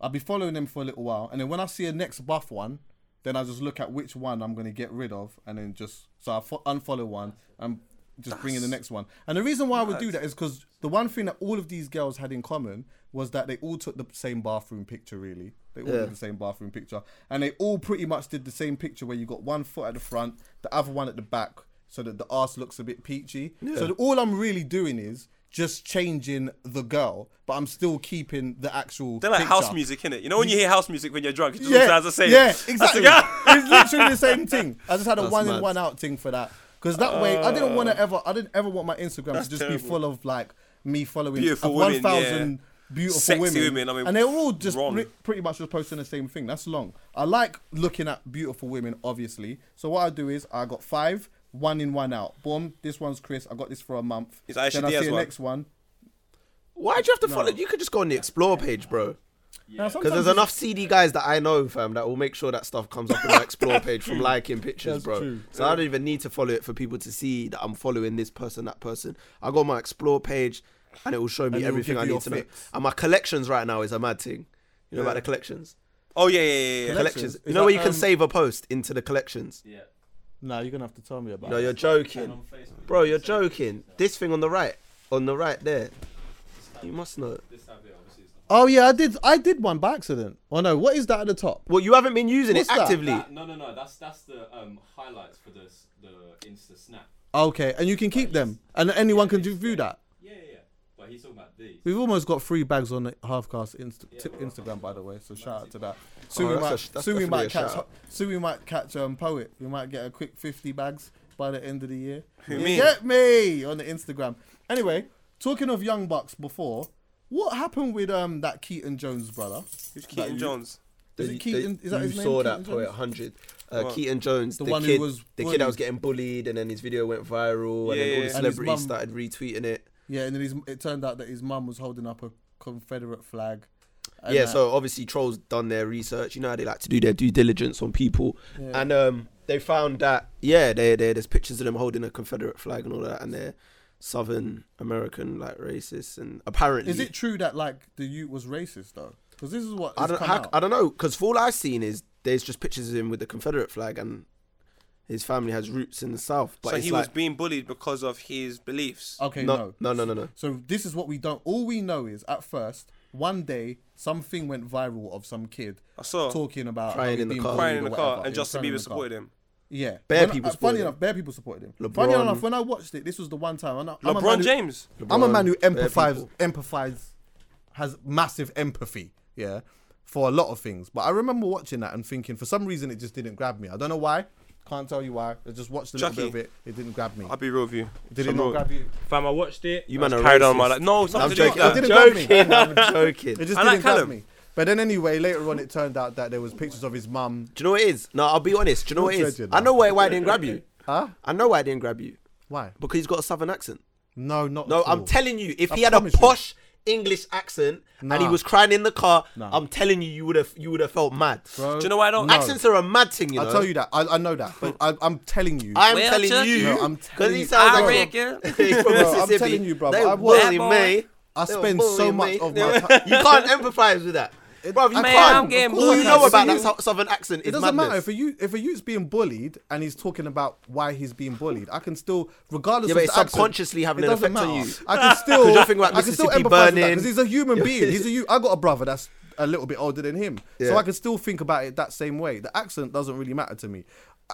I'd be following them for a little while, and then when I see a next buff one, then I just look at which one I'm gonna get rid of, and then just so I fo- unfollow one and just bring in the next one. And the reason why I would do that is because the one thing that all of these girls had in common was that they all took the same bathroom picture. Really, they all Yeah. did the same bathroom picture, and they all pretty much did the same picture where you got one foot at the front, the other one at the back, so that the arse looks a bit peachy. So that all I'm really doing is. Just changing the girl, but I'm still keeping the actual. They're like house picture. music, innit? You know when you hear house music when you're drunk, it just all Yeah, sounds the same. yeah, That's exactly. like, it's literally the same thing. I just had a That's one in, mad. one out thing for that because that way I didn't want to ever. I didn't ever want my Instagram to just be Oh. terrible. full of like me following Beautiful one women, yeah. thousand beautiful Sexy women. women, I mean, and they're all just wrong. re- pretty much just posting the same thing. That's long. I like looking at beautiful women, obviously. So what I do is I got five, one in, one out. Boom. This one's Chris. I got this for a month. Is Aisha then I Diaz see the one? next one. why'd you have to follow? You could just go on the explore page, bro. Now, Because sometimes there's it's- enough CD guys that I know, fam, that will make sure that stuff comes up on our explore page from liking pictures, That's bro. true. So I don't even need to follow it for people to see that I'm following this person, that person. I go on my explore page, and it will show And me it will everything give I you need your to know. fix. And my collections right now is a mad thing. You know about the collections? oh, yeah, yeah, yeah, yeah. Collections. Collections? You Is know where that, you can um, save a post into the collections. Yeah. Nah, you're gonna have to tell me about. No, it. you're And joking, on Facebook, bro. you You're can save it. joking. This thing on the right, on the right there. You must know. This tab here, obviously, it's not. Oh yeah, I did. I did one by accident. Oh no, what is that at the top? Well, you haven't been using What's it that? actively. That- no, no, no. That's that's the um, highlights for the s- the Insta snap. Okay, and you can keep them, and anyone can do view that. Yeah, yeah, yeah. But he's talking about these. We've almost got three bags on the halfcast Insta- tip Instagram, by the way. So shout out to that. Soon we Oh, that's might, a sh- that's soon we definitely might a catch, shout. soon we might catch um, poet. We might get a quick fifty bags by the end of the year. You me? Get me on the Instagram. Anyway, talking of young bucks before, what happened with um that Keaton Jones brother? Who's That Keaton you- Jones? Is They- it Keaton? they- Is that you his name? saw Keaton that poet Jones? 100. Uh, What? Keaton Jones, the, one who kid, was the kid that was bullied. getting bullied, and then his video went viral, and then all Yeah, the yeah. And his celebrities mum- started retweeting it. Yeah, and then his, it turned out that his mum was holding up a Confederate flag. and yeah, that- so obviously trolls done their research. You know how they like to do their due diligence on people, Yeah. and um, they found that yeah, there there there's pictures of them holding a Confederate flag and all that, and they're Southern American like racists, and apparently is it true that like the youth was racist though? Because this is what I has don't come how, out. I don't know because all I've seen is there's just pictures of him with the Confederate flag, and his family has roots in the South, but so it's he like was being bullied because of his beliefs. okay, no, no, no, no, no. So this is what we don't. All we know is at first, one day something went viral of some kid I saw. talking about Crying how he in the being car. bullied Crying in or the car, whatever. and He was Justin crying in the Bear car. supported him. Yeah, Bare When I- people supported Funny him. enough, bare people supported him. LeBron. Funny enough, when I watched it, this was the one time. And I, I'm a man LeBron who- James. I'm a man who LeBron, bare empathize, people. empathize, has massive empathy, yeah, for a lot of things. But I remember watching that and thinking, for some reason, it just didn't grab me. I don't know why. Can't tell you why. I just watched a little Chucky. bit of it. It didn't grab me. I'll be real with you. Did it I'm not real. grab you? Fam, I watched it. You I was man are carried on racist. my life. No, it's not I'm to do with joking. that. I'm It didn't grab me. joking. I'm joking. It Do just I like didn't grab Callum. me. But then anyway, later on, it turned out that there was pictures of his mum. you know what it is? No, I'll be honest. Do you know what it You're is? judging I know why why I didn't grab you. Huh? I know why I didn't grab you Why? because he's got a southern accent. No, not. No, at I'm all. telling you, if I he had a promise you. posh English accent and he Nah. was crying in the car, Nah. I'm telling you, you would have you would have felt mad. Bro, Do you know why I don't? No. Accents are a mad thing, you know. I tell you that. I, I know that, but I, I'm telling you. I'm Well, telling Chuck- you, No, I'm because telling he you- sounds I like Ah, reckon. He's from Bro, I'm Mississippi. telling you, bro, They I were was- bullying me. I They were spend so bullying much me. of They my were- time. You can't empathise with that, bro. You I Man, can't. I'm getting All you bullied. know about See, that sou- southern accent is It doesn't madness. matter if a you if a youth's being bullied and he's talking about why he's being bullied. I can still, regardless Yeah, of but the it's accent, subconsciously having it an doesn't effect on matter. you. I can still, 'Cause you're thinking about I can still Mississippi empathise with that burning. because he's a human being. He's a you. I got a brother that's a little bit older than him, Yeah. so I can still think about it that same way. The accent doesn't really matter to me.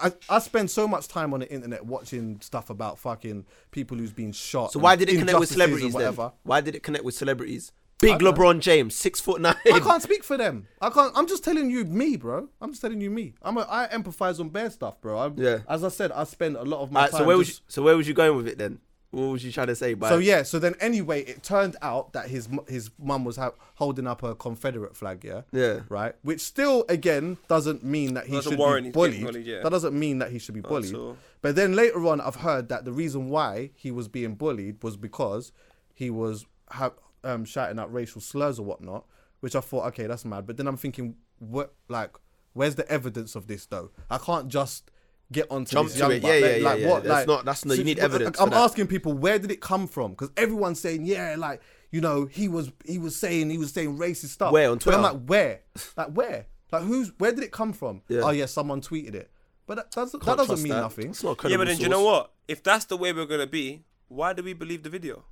I, I spend so much time on the internet watching stuff about fucking people who's been shot. So and why did it connect with injustices and celebrities then? Whatever. Why did it connect with celebrities? Big don't know. LeBron James, six foot nine. I can't speak for them. I can't. I'm just telling you me, bro. I'm just telling you me. I'm. A, I empathize on bare stuff, bro. i Yeah. As I said, I spend a lot of my Alright, time. so where was you, just, so where was you going with it then? What was you trying to say? By So yeah, so then anyway, it turned out that his mu- his mum was ha- holding up a Confederate flag, yeah, Yeah. right, which still again doesn't mean that he Doesn't should warrant be him bullied. getting bullied, yeah. That doesn't mean that he should be bullied. all. But then later on, I've heard that the reason why he was being bullied was because he was ha- um, shouting out racial slurs or whatnot, which I thought, okay, that's mad. But then I'm thinking, what like, where's the evidence of this though? I can't just get onto Jump this to young it. buck. Yeah, yeah, like, yeah, like yeah. what That's like, not- that's not- you so- need but, like, evidence I'm for that. asking people where did it come from because everyone's saying yeah like you know he was he was saying he was saying racist stuff Where? On But I'm Twitter? like where like where like who's where did it come from Yeah. oh yeah someone tweeted it but that doesn't that Can't doesn't trust mean that. nothing It's not a yeah, credible but then do you source. know what? If that's the way we're gonna be, why do we believe the video?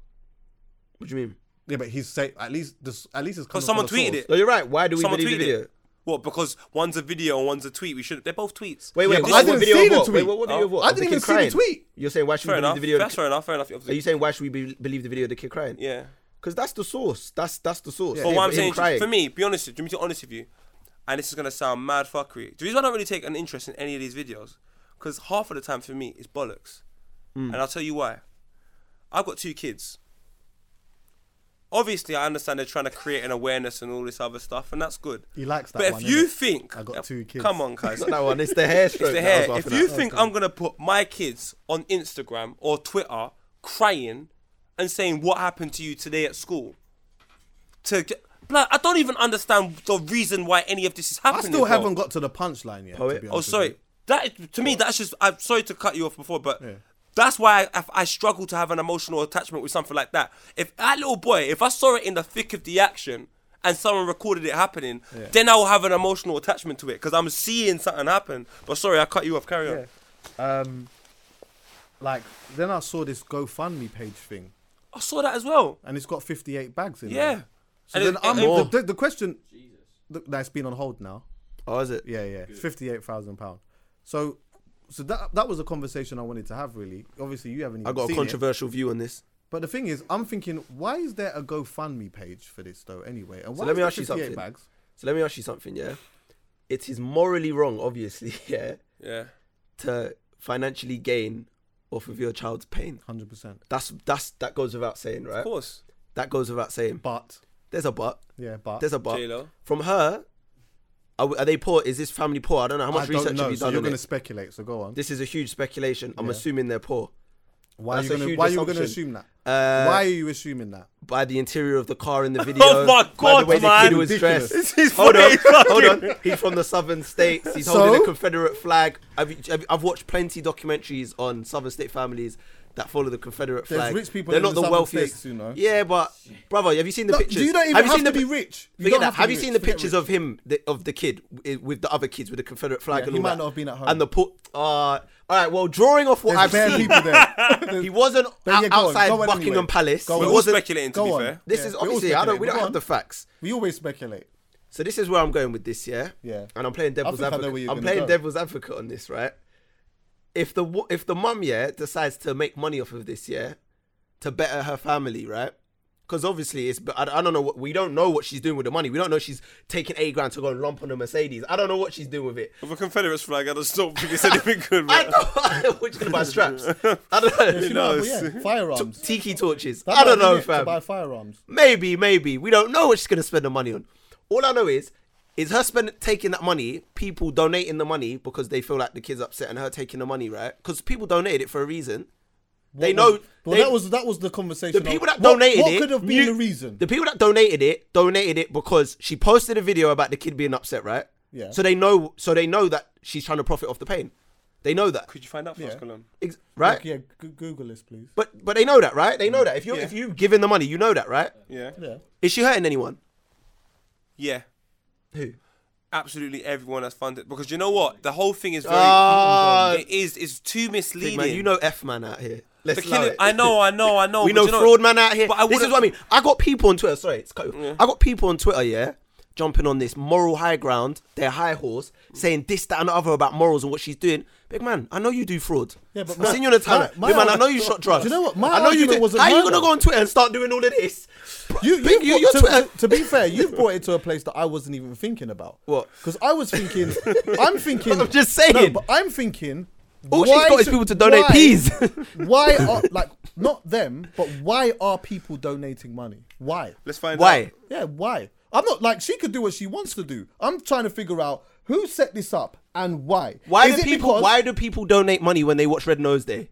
What do you mean? yeah but he's saying at least this at least it's Because someone tweeted it. No, you're right. Why do we Someone believe the tweeted video? it. What? Because one's a video and one's a tweet. We should. They're both tweets. Wait, Yeah, wait. but this I is what didn't video see of the what? tweet. Wait, what Oh. video of what? I Of the didn't kid even see the crying? tweet. You're saying why should fair we believe enough. the video? of That's the fair enough. Fair enough. kid- Are you saying why should we be, believe the video of the kid crying? Yeah. Because that's the source. That's that's the source. But Him- what I'm him saying, crying. is, for me, be honest, with you, me to be honest with you, and this is gonna sound mad fuckery. The reason I don't really take an interest in any of these videos, because half of the time for me it's bollocks, Hmm. and I'll tell you why. I've got two kids. Obviously, I understand they're trying to create an awareness and all this other stuff, and that's good. He likes that But one, if you innit? think, I got two kids. Come on, guys. Not that one. It's the hair It's stroke. the that I was hair. If laughing you at. think I'm gonna put my kids on Instagram or Twitter crying and saying what happened to you today at school, to j- Blood, I don't even understand the reason why any of this is I happening. still haven't bro. got to the punchline yet. to Poet. be Oh, honest with you. sorry. That is- to me, that's just. I'm sorry to cut you off before, but that's why I, I, I struggle to have an emotional attachment with something like that. If that little boy, if I saw it in the thick of the action and someone recorded it happening, then I will have an emotional attachment to it because I'm seeing something happen. But sorry, I cut you off. Carry on. Um, like then I saw this GoFundMe page thing, I saw that as well. and it's got 58 bags in Yeah. there. So And then it- I'm, it- the, More. the, the question Jesus. th- that's been on hold now. Oh, is it? Yeah, yeah, fifty-eight thousand pound. So, so that that was a conversation I wanted to have. Really, obviously, you haven't. Even I got a seen it. controversial view on this. But the thing is, I'm thinking, why is there a GoFundMe page for this though? Anyway, and why let is me there ask you 58 something. Bags? So let me ask you something. Yeah, it is morally wrong, obviously. Yeah, Yeah. to financially gain off of your child's pain. Hundred percent. That's that's that goes without saying, Of right? course. That goes without saying. But There's a but. yeah, but There's a but. J-Lo. From her, are, we- are they poor? Is this family poor? I don't know how I much don't research have know. you So done you're on going to it. speculate. So go on. This is a huge speculation. I'm Yeah. assuming they're poor. Why are that's you a going to huge Why are you going to assume assumption. Uh, that? why are you assuming that? By the interior of the car Oh in the video. by my the God, way the man. kid was Ridiculous. dressed. is Hold on, fucking- hold on. He's from the southern states. He's holding So? a Confederate flag. I've, I've, I've watched plenty documentaries on southern state families that follow the Confederate There's flag. rich people They're in not the the, southern wealthiest, states, you know. Yeah, but brother, have you seen the No, pictures? you don't even have have, you seen to the be pi- rich. You Forget don't that. to Have be you seen the rich. Forget pictures rich. of him, the, of the kid i- with the other kids with the Confederate flag Yeah, and he all might that? not have been at home. And the put. Uh, all right. Well, drawing off what There's I've bare seen, people there. he wasn't But out- yeah, go on, outside go on Buckingham anyway. Palace. Go He on. We're all wasn't. speculating, to Go be on. fair. This Yeah, is we all obviously. I don't. speculate, We but don't go have on. the facts. We always speculate. So this is where I'm going with this, yeah. Yeah. And I'm playing devil's think I know advocate. where you're I'm gonna playing go. devil's advocate on this, right? If the wo- if the mum yeah decides to make money off of this, yeah, to better her family, right? Because obviously it's. But I, I don't know what we don't know what she's doing with the money. We don't know she's taking eight grand to go and lump on a Mercedes. I don't know what she's doing with it. With a Confederate flag, I just don't think it's anything good, I man. don't. We're just gonna buy straps. I don't know. You know, but yeah, firearms. Tiki torches. That I don't might be know, it, To fam. buy firearms. Maybe, maybe. We don't know what she's gonna spend the money on. All I know is is her spend taking that money, people donating the money because they feel like the kid's upset and her taking the money, right? Because people donated it for a reason. they What know was- Well, they- that was that was the conversation. the people of that what- donated what it. could have been knew- the reason? The people that donated it donated it because she posted a video about the kid being upset, right? Yeah. So they know so they know that she's trying to profit off the pain. They know that. Could you find out for us, Yeah. Colin? Ex- right? Like, yeah, Go- Google this, please. But but they know that, right? They know that. If you Mm. Yeah. if you giving the money, you know that, right? Yeah. Yeah. Is she hurting anyone? Yeah. Who? Absolutely everyone that's funded. Because you know what? The whole thing is very. Ah. it is. It's too misleading. Man, you know F man out here. Let's The allow killing- it. I know, I know, I know. We but know you fraud man out here. But I this is wouldn't- what I mean. I got people on Twitter. Sorry, it's cut. you off. I got people on Twitter. Yeah, jumping on this moral high ground, their high horse, saying this, that, and the other about morals and what she's doing. Big man, I know you do fraud. Yeah, but I've my- seen you on the my- time. my Big man, I know you argument- shot drugs. Do you know what? My I know you argument did. wasn't How you mine, gonna though. go on Twitter and start doing all of this? You, Big- you- you, you, your to, Twitter- to- to be fair, you've brought it to a place that I wasn't even thinking about. What? Because I was thinking, I'm thinking. I'm just saying. No, but I'm thinking All she's Why got is should- people to donate why? peas. why are like not them, but why are people donating money? Why? Let's find Why? out. Yeah, why? I'm not like she could do what she wants to do. I'm trying to figure out who set this up and why. Why Is do it people? because- Why do people donate money when they watch Red Nose Day?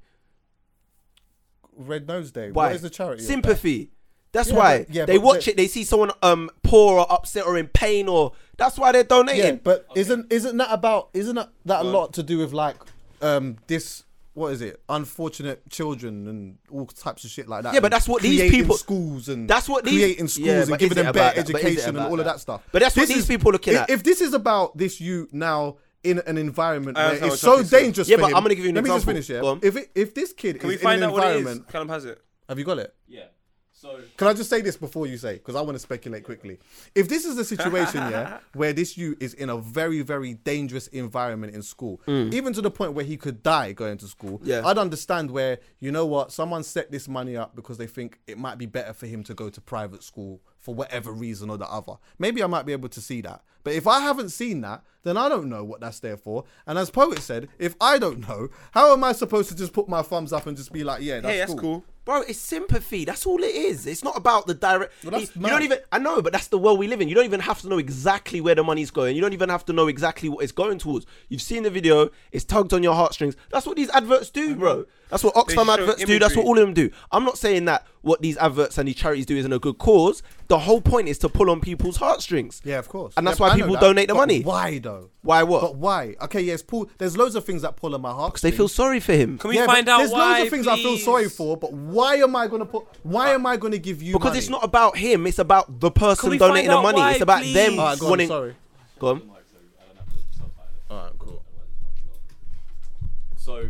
Red Nose Day? Why? What is the charity? of that? Sympathy. That's Yeah, why but- yeah, they but watch they- it. They see someone um poor or upset or in pain or that's why they're Yeah, donating. but isn't isn't that about isn't that, that a lot to do with like um this what is it unfortunate children and all types of shit like that? Yeah, but and that's what these creating people- schools and That's what these- creating schools Yeah, and but giving is it them about better that? But is it education and about all of that? that stuff. But that's what This these people are looking if, at. If this is about this you now in an environment I where understand it's so what you're trying to say. dangerous Yeah, for but him- I'm gonna give you an Let example. me just finish Go yeah. on. If it, if this kid Can we is find in an out what it is? environment, Callum has it. have you got it? Yeah. So Can I just say this before you say? Because I want to speculate quickly. If this is the situation, yeah, where this you is in a very, very dangerous environment in school, even to the point where he could die going to school, Yeah. I'd understand where, you know what, someone set this money up because they think it might be better for him to go to private school for whatever reason or the other. Maybe I might be able to see that. But if I haven't seen that, then I don't know what that's there for. And as Poet said, if I don't know, how am I supposed to just put my thumbs up and just be like, yeah, that's, Hey, that's cool. cool. Bro, it's sympathy. That's all it is. It's not about the direct. Well, that's you mad. don't even. I know, but that's the world we live in. You don't even have to know exactly where the money's going. You don't even have to know exactly what it's going towards. You've seen the video. It's tugged on your heartstrings. That's what these adverts do, bro. That's what Oxfam show adverts do. That's what imagery. all of them do. I'm not saying that what these adverts and these charities do isn't a good cause. The whole point is to pull on people's heartstrings. Yeah, of course. And that's Yeah, why I know people that. donate the But money. Why though? Why what? But why? Okay, yes, Paul. There's loads of things that pull on my heart. Because they feel sorry for him. Can we find out There's why? loads of things I feel please? sorry for, but why am I gonna put? Why am I gonna give you? Because money? it's not about him. It's about the Can person we donating find the out money. why, it's about them please? Alright, go on, wanting. sorry. Go on. mic, so I don't have to subtitle it. Alright, cool. Otherwise it's fucking long. So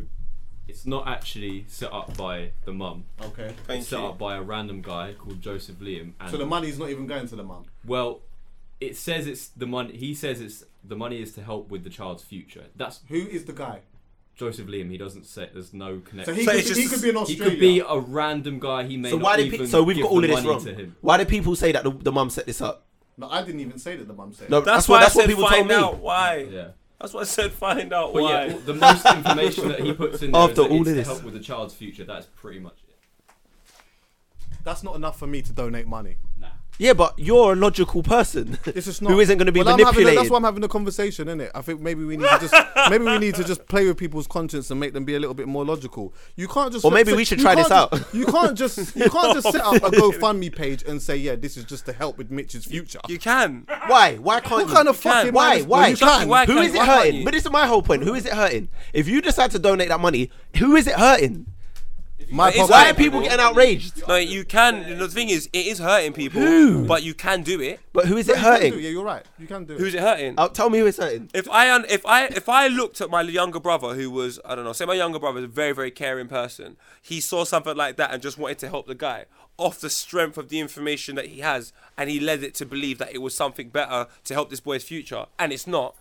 it's not actually set up by the mum. Okay. Thank It's set you. up by a random guy called Joseph Liam. And So the money's not even going to the mum. well, it says it's the money. He says it's the money is to help with the child's future. That's Who is the guy? Joseph Liam. He doesn't say. There's no So connection. he, So could, it's be- just- he could be in he Australia. could be a random guy. He may So not why did even pe- so we've give got all the of this money wrong? to him. Why did people say that the, the mum set this up? No, I didn't even say that the mum said. No, it. That's, that's, why what that's I what said people told find me. out why. Yeah. That's what I said find out But why. yeah, the most information that he puts in there After is that all it's of to this. help with the child's future. That's pretty much it. That's not enough for me to donate money. Nah. Yeah, but you're a logical person It's just not. who isn't going to be Well, I'm having a- manipulated. that's why I'm having a conversation, is it? I think maybe we need to just maybe we need to just play with people's conscience and make them be a little bit more logical. You can't just. Or maybe we should you try this out. can't just- you can't just you can't just set up a GoFundMe page and say, yeah, this is just to help with Mitch's future. you can. why? Why can't What you? kind of can. fucking why? man is- Why? Well, you can. Why Who can't is you? it Why can't hurting? you? But this is my whole point. Who is it hurting? If you decide to donate that money, who is it hurting? My It's- Why are hurting people getting outraged? No, you can. The thing is, it is hurting people, but you can do it. But who is it You can do it. hurting? Yeah, you're right. You can do it. Who's it hurting? Oh, tell me who it's hurting. If I un- if I if I looked at my younger brother who was I don't know say my younger brother is a very very caring person he saw something like that and just wanted to help the guy off the strength of the information that he has and he led it to believe that it was something better to help this boy's future and it's not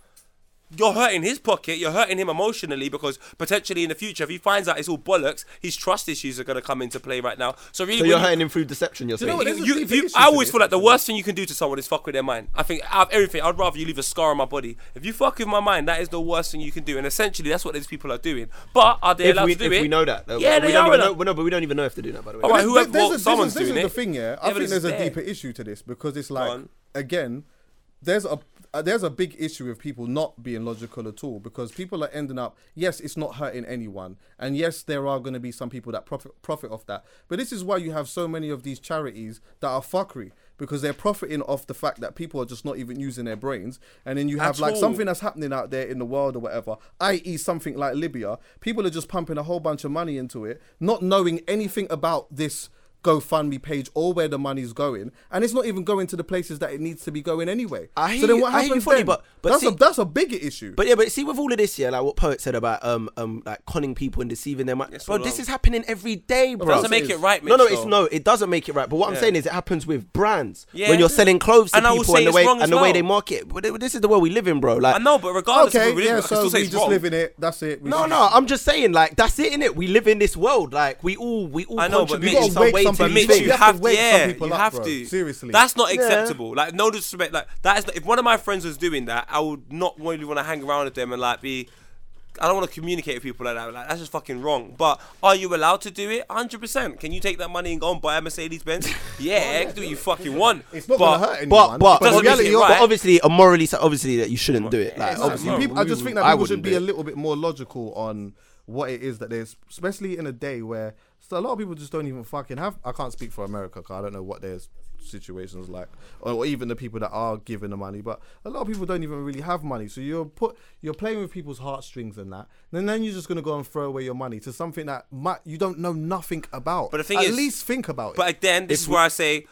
you're hurting his pocket you're hurting him emotionally because potentially in the future if he finds out it's all bollocks his trust issues are going to come into play right now so really So when you're you- hurting him through deception. You're you know saying. what you, There's a you- deep you- issue I to always this, feel like the isn't there? worst thing you can do to someone is fuck with their mind. I think out of everything, I'd rather you leave a scar on my body. If you fuck with my mind, that is the worst thing you can do. And essentially, that's what these people are doing. But are they If allowed we, to do if it? we know that, though, yeah, we they don't are. even know, allowed- well, no, but we don't even know if they do that. By the way, All right, Th- whoever- there's well, a- this is- someone's this doing is it. the thing, yeah. I think Evidence there's is a there. deeper issue to this because it's Go like on. again, there's a uh, there's a big issue with people not being logical at all because people are ending up. Yes, it's not hurting anyone, and yes, there are going to be some people that profit profit off that. But this is why you have so many of these charities that are fuckery because they're profiting off the fact that people are just not even using their brains, and then you have At like all. something that's happening out there in the world or whatever, i.e., something like Libya. People are just pumping a whole bunch of money into it, not knowing anything about this GoFundMe page or where the money's going, and it's not even going to the places that it needs to be going anyway. I hear so then you- what I hear you happens fully, then? but- but that's a see- that's a bigger issue. But yeah, but see, with all of this, yeah, like what poet said about um um like conning people and deceiving them, Yes, bro, well, this um, is happening every day, bro. doesn't make it right, No, no, Mitch, it's though. no, it doesn't make it right. But what I'm saying is, it happens with brands Yeah. when you're selling clothes to And I will people say and the it's way wrong as and the way well. they market. But it- this is the world we live in, bro. Like, I know, but regardless okay, of religion, yeah, I can so still say we it's just wrong. live in it. That's it. We no, just- no, I'm just saying, like that's it, innit? We live in this world, like we all we all I know, but contribute Mitch, in you some gotta way wake to some these Mitch, people things. you up. have, You have to wake some yeah, people you up, have bro. to. Seriously. that's not Yeah. acceptable. Like, no disrespect. Like, that is if one of my friends was doing that, I would not really want to hang around with them and like be I don't want to communicate with people like that. Like that's just fucking wrong. But are you allowed to do it? Hundred percent. Can you take that money and go and buy a Mercedes Benz? Yeah, do what you fucking want. It's not but gonna hurt But anyone. but, but, Doesn't make reality, it right. but obviously, a morally, so obviously that you shouldn't do it. Like, it's obviously, not- You peop- I just think that I people should wouldn't be do a it. little bit more logical on what it is that there's, especially in a day where so a lot of people just don't even fucking have. I can't speak for America 'cause I don't know what their situations like, or, or even the people that are given the money. But a lot of people don't even really have money, so you're put you're playing with people's heartstrings and that. And then you're just gonna go and throw away your money to something that might, you don't know nothing about. But the thing at is- least think about But it. again, this is where I say,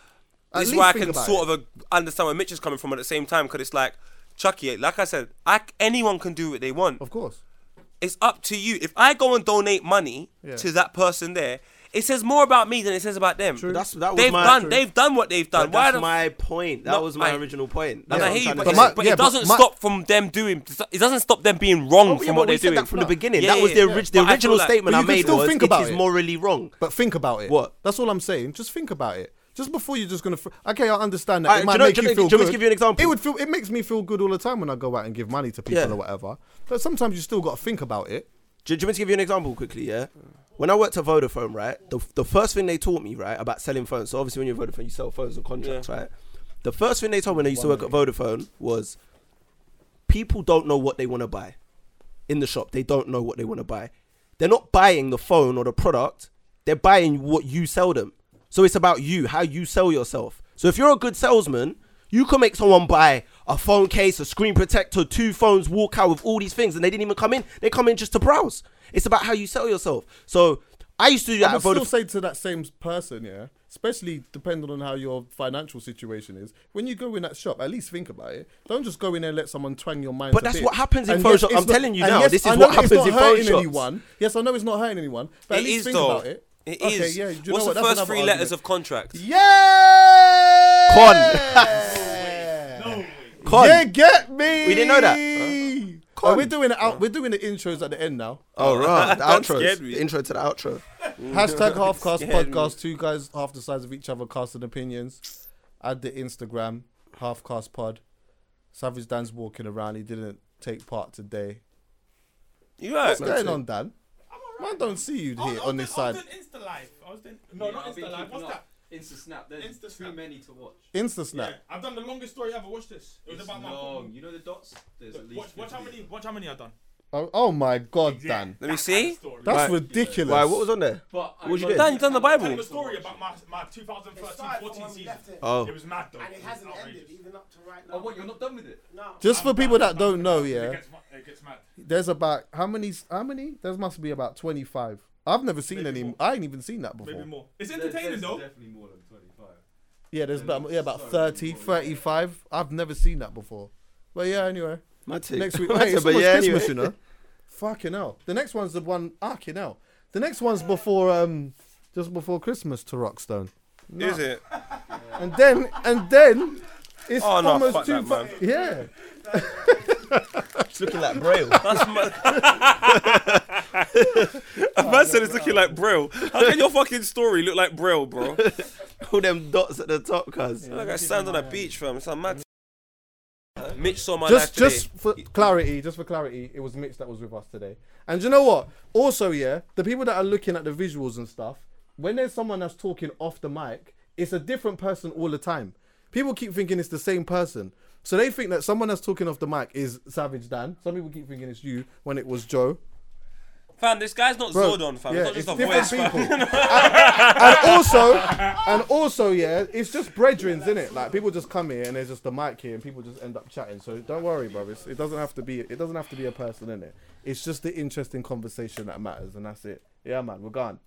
At this is least where I think can about sort of uh, understand where Mitch is coming from at the same time because it's like, Chucky, like I said, I c anyone can do what they want. Of course. It's up to you. If I go and donate money Yeah. to that person there, it says more about me than it says about them. That's- that was they've my- done. true. They've done what they've done. But Why that's the f- my point. That No, was my I- original point. And That's I what hear you, I'm but, trying to But it's- say. my- but yeah, it but doesn't my- stop from them doing. It doesn't stop them being wrong Oh, from yeah, what but they're we said doing. that from the beginning. Yeah, that was yeah. the, orig- But I the feel original like- statement But I you can made still was think it about is it. morally wrong. But think about it. What? That's all I'm saying. Just think about it. Just before you're just gonna. Fr- okay, I understand that. Alright, it do might you know- make do you you know- feel do you want me good. to give you an example? It would feel. It makes me feel good all the time when I go out and give money to people Yeah. or whatever. But sometimes you still got to think about it. Do, do you want me to give you an example quickly? Yeah. When I worked at Vodafone, right, the, the first thing they taught me, right, about selling phones. So obviously, when you're Vodafone, you sell phones and contracts, right. The first thing they told me when I used to work at Vodafone was, people don't know what they want to buy, in the shop. They don't know what they want to buy. They're not buying the phone or the product. They're buying what you sell them. So it's about you, how you sell yourself. So if you're a good salesman, you can make someone buy a phone case, a screen protector, two phones, walk out with all these things, and they didn't even come in. They come in just to browse. It's about how you sell yourself. So I used to do I that. would At still Vodafone. say to that same person, yeah, especially depending on how your financial situation is, when you go in that shop, at least think about it. Don't just go in there and let someone twang your mind. But to that's bits. what happens in And Photoshop. it's I'm telling you and now, this is I what know it's happens not in hurting Photoshops. anyone. Yes, I know it's not hurting anyone, but at It least is think though. about it. It okay, is. Yeah, do you What's know what? the That's first another three argument. letters of contract? Yeah. Con. Con. Yeah, get me. We didn't know that. Oh, we're doing the out, we're doing the intros at the end now. Mm-hmm. Oh right, the Don't scare outro, me. the intro to the outro. Hashtag halfcast scared me. podcast. Two guys half the size of each other, casting opinions. Add the Instagram halfcast pod. Savage Dan's walking around. He didn't take part today. You right? What's going on, Dan? Man, don't see you I was- here I was on this doing- side. I was doing Insta Live. I was doing no, not Insta Live. What's that? Insta snap. There's Insta too Snap. many to watch. Insta snap. Yeah, I've done the longest story ever. Watch this. It was It's about long. my. You know the dots. There's at least. Watch, watch how 50. many. Watch how many I've done. Oh, oh my God, Dan. Let me see. Story. That's Right. ridiculous. Why? What was on there? But What'd you do? Dan, you done the Bible. Telling the Oh, story about my, my 2013-14 season. Oh. It was mad though. And it was hasn't outrageous. ended even up to right now. Oh, what? You're not done with it. No. Just for I'm people that back, I'm don't back. know, It yeah, gets, ma- it gets mad. there's about how many? How many? There must be about twenty-five. I've never seen Maybe any. more. I ain't even seen that before. Maybe more. It's There's- entertaining there's though. Definitely more than 25. Yeah, there's about yeah about Sorry, 30, more, yeah. 35. I've never seen that before. But yeah, anyway, My take. next week. Right, Mate, it's but almost yeah, Christmas, anyway. you know. Fucking hell. The next one's the one. Fucking hell. The next one's before um, just before Christmas to Rockstone. Is it? And then and then, it's Oh, no, almost fuck two. that, man. fu- yeah. It's looking like braille. That's my. A man said it's looking like Braille. How can your fucking story look like Braille, bro? All them dots at the top, cuz. Like I stand on a beach, fam. It's a mad. um, Mitch saw my just life just today. for clarity, just for clarity, it was Mitch that was with us today. And you know what? Also, yeah, the people that are looking at the visuals and stuff, when there's someone that's talking off the mic, it's a different person all the time. People keep thinking it's the same person. So they think that someone that's talking off the mic is Savage Dan. Some people keep thinking it's you when it was Joe. Fam, this guy's not Bro, Zordon, fam. yeah, it's it's not different just a voice, fam. people. and also, and also, yeah, it's just brethrens, is it? Like people just come here and there's just a mic here, and people just end up chatting. So don't worry, bro. It's, it doesn't have to be. It doesn't have to be a person in it. It's just the interesting conversation that matters, and that's it. Yeah, man, we're gone.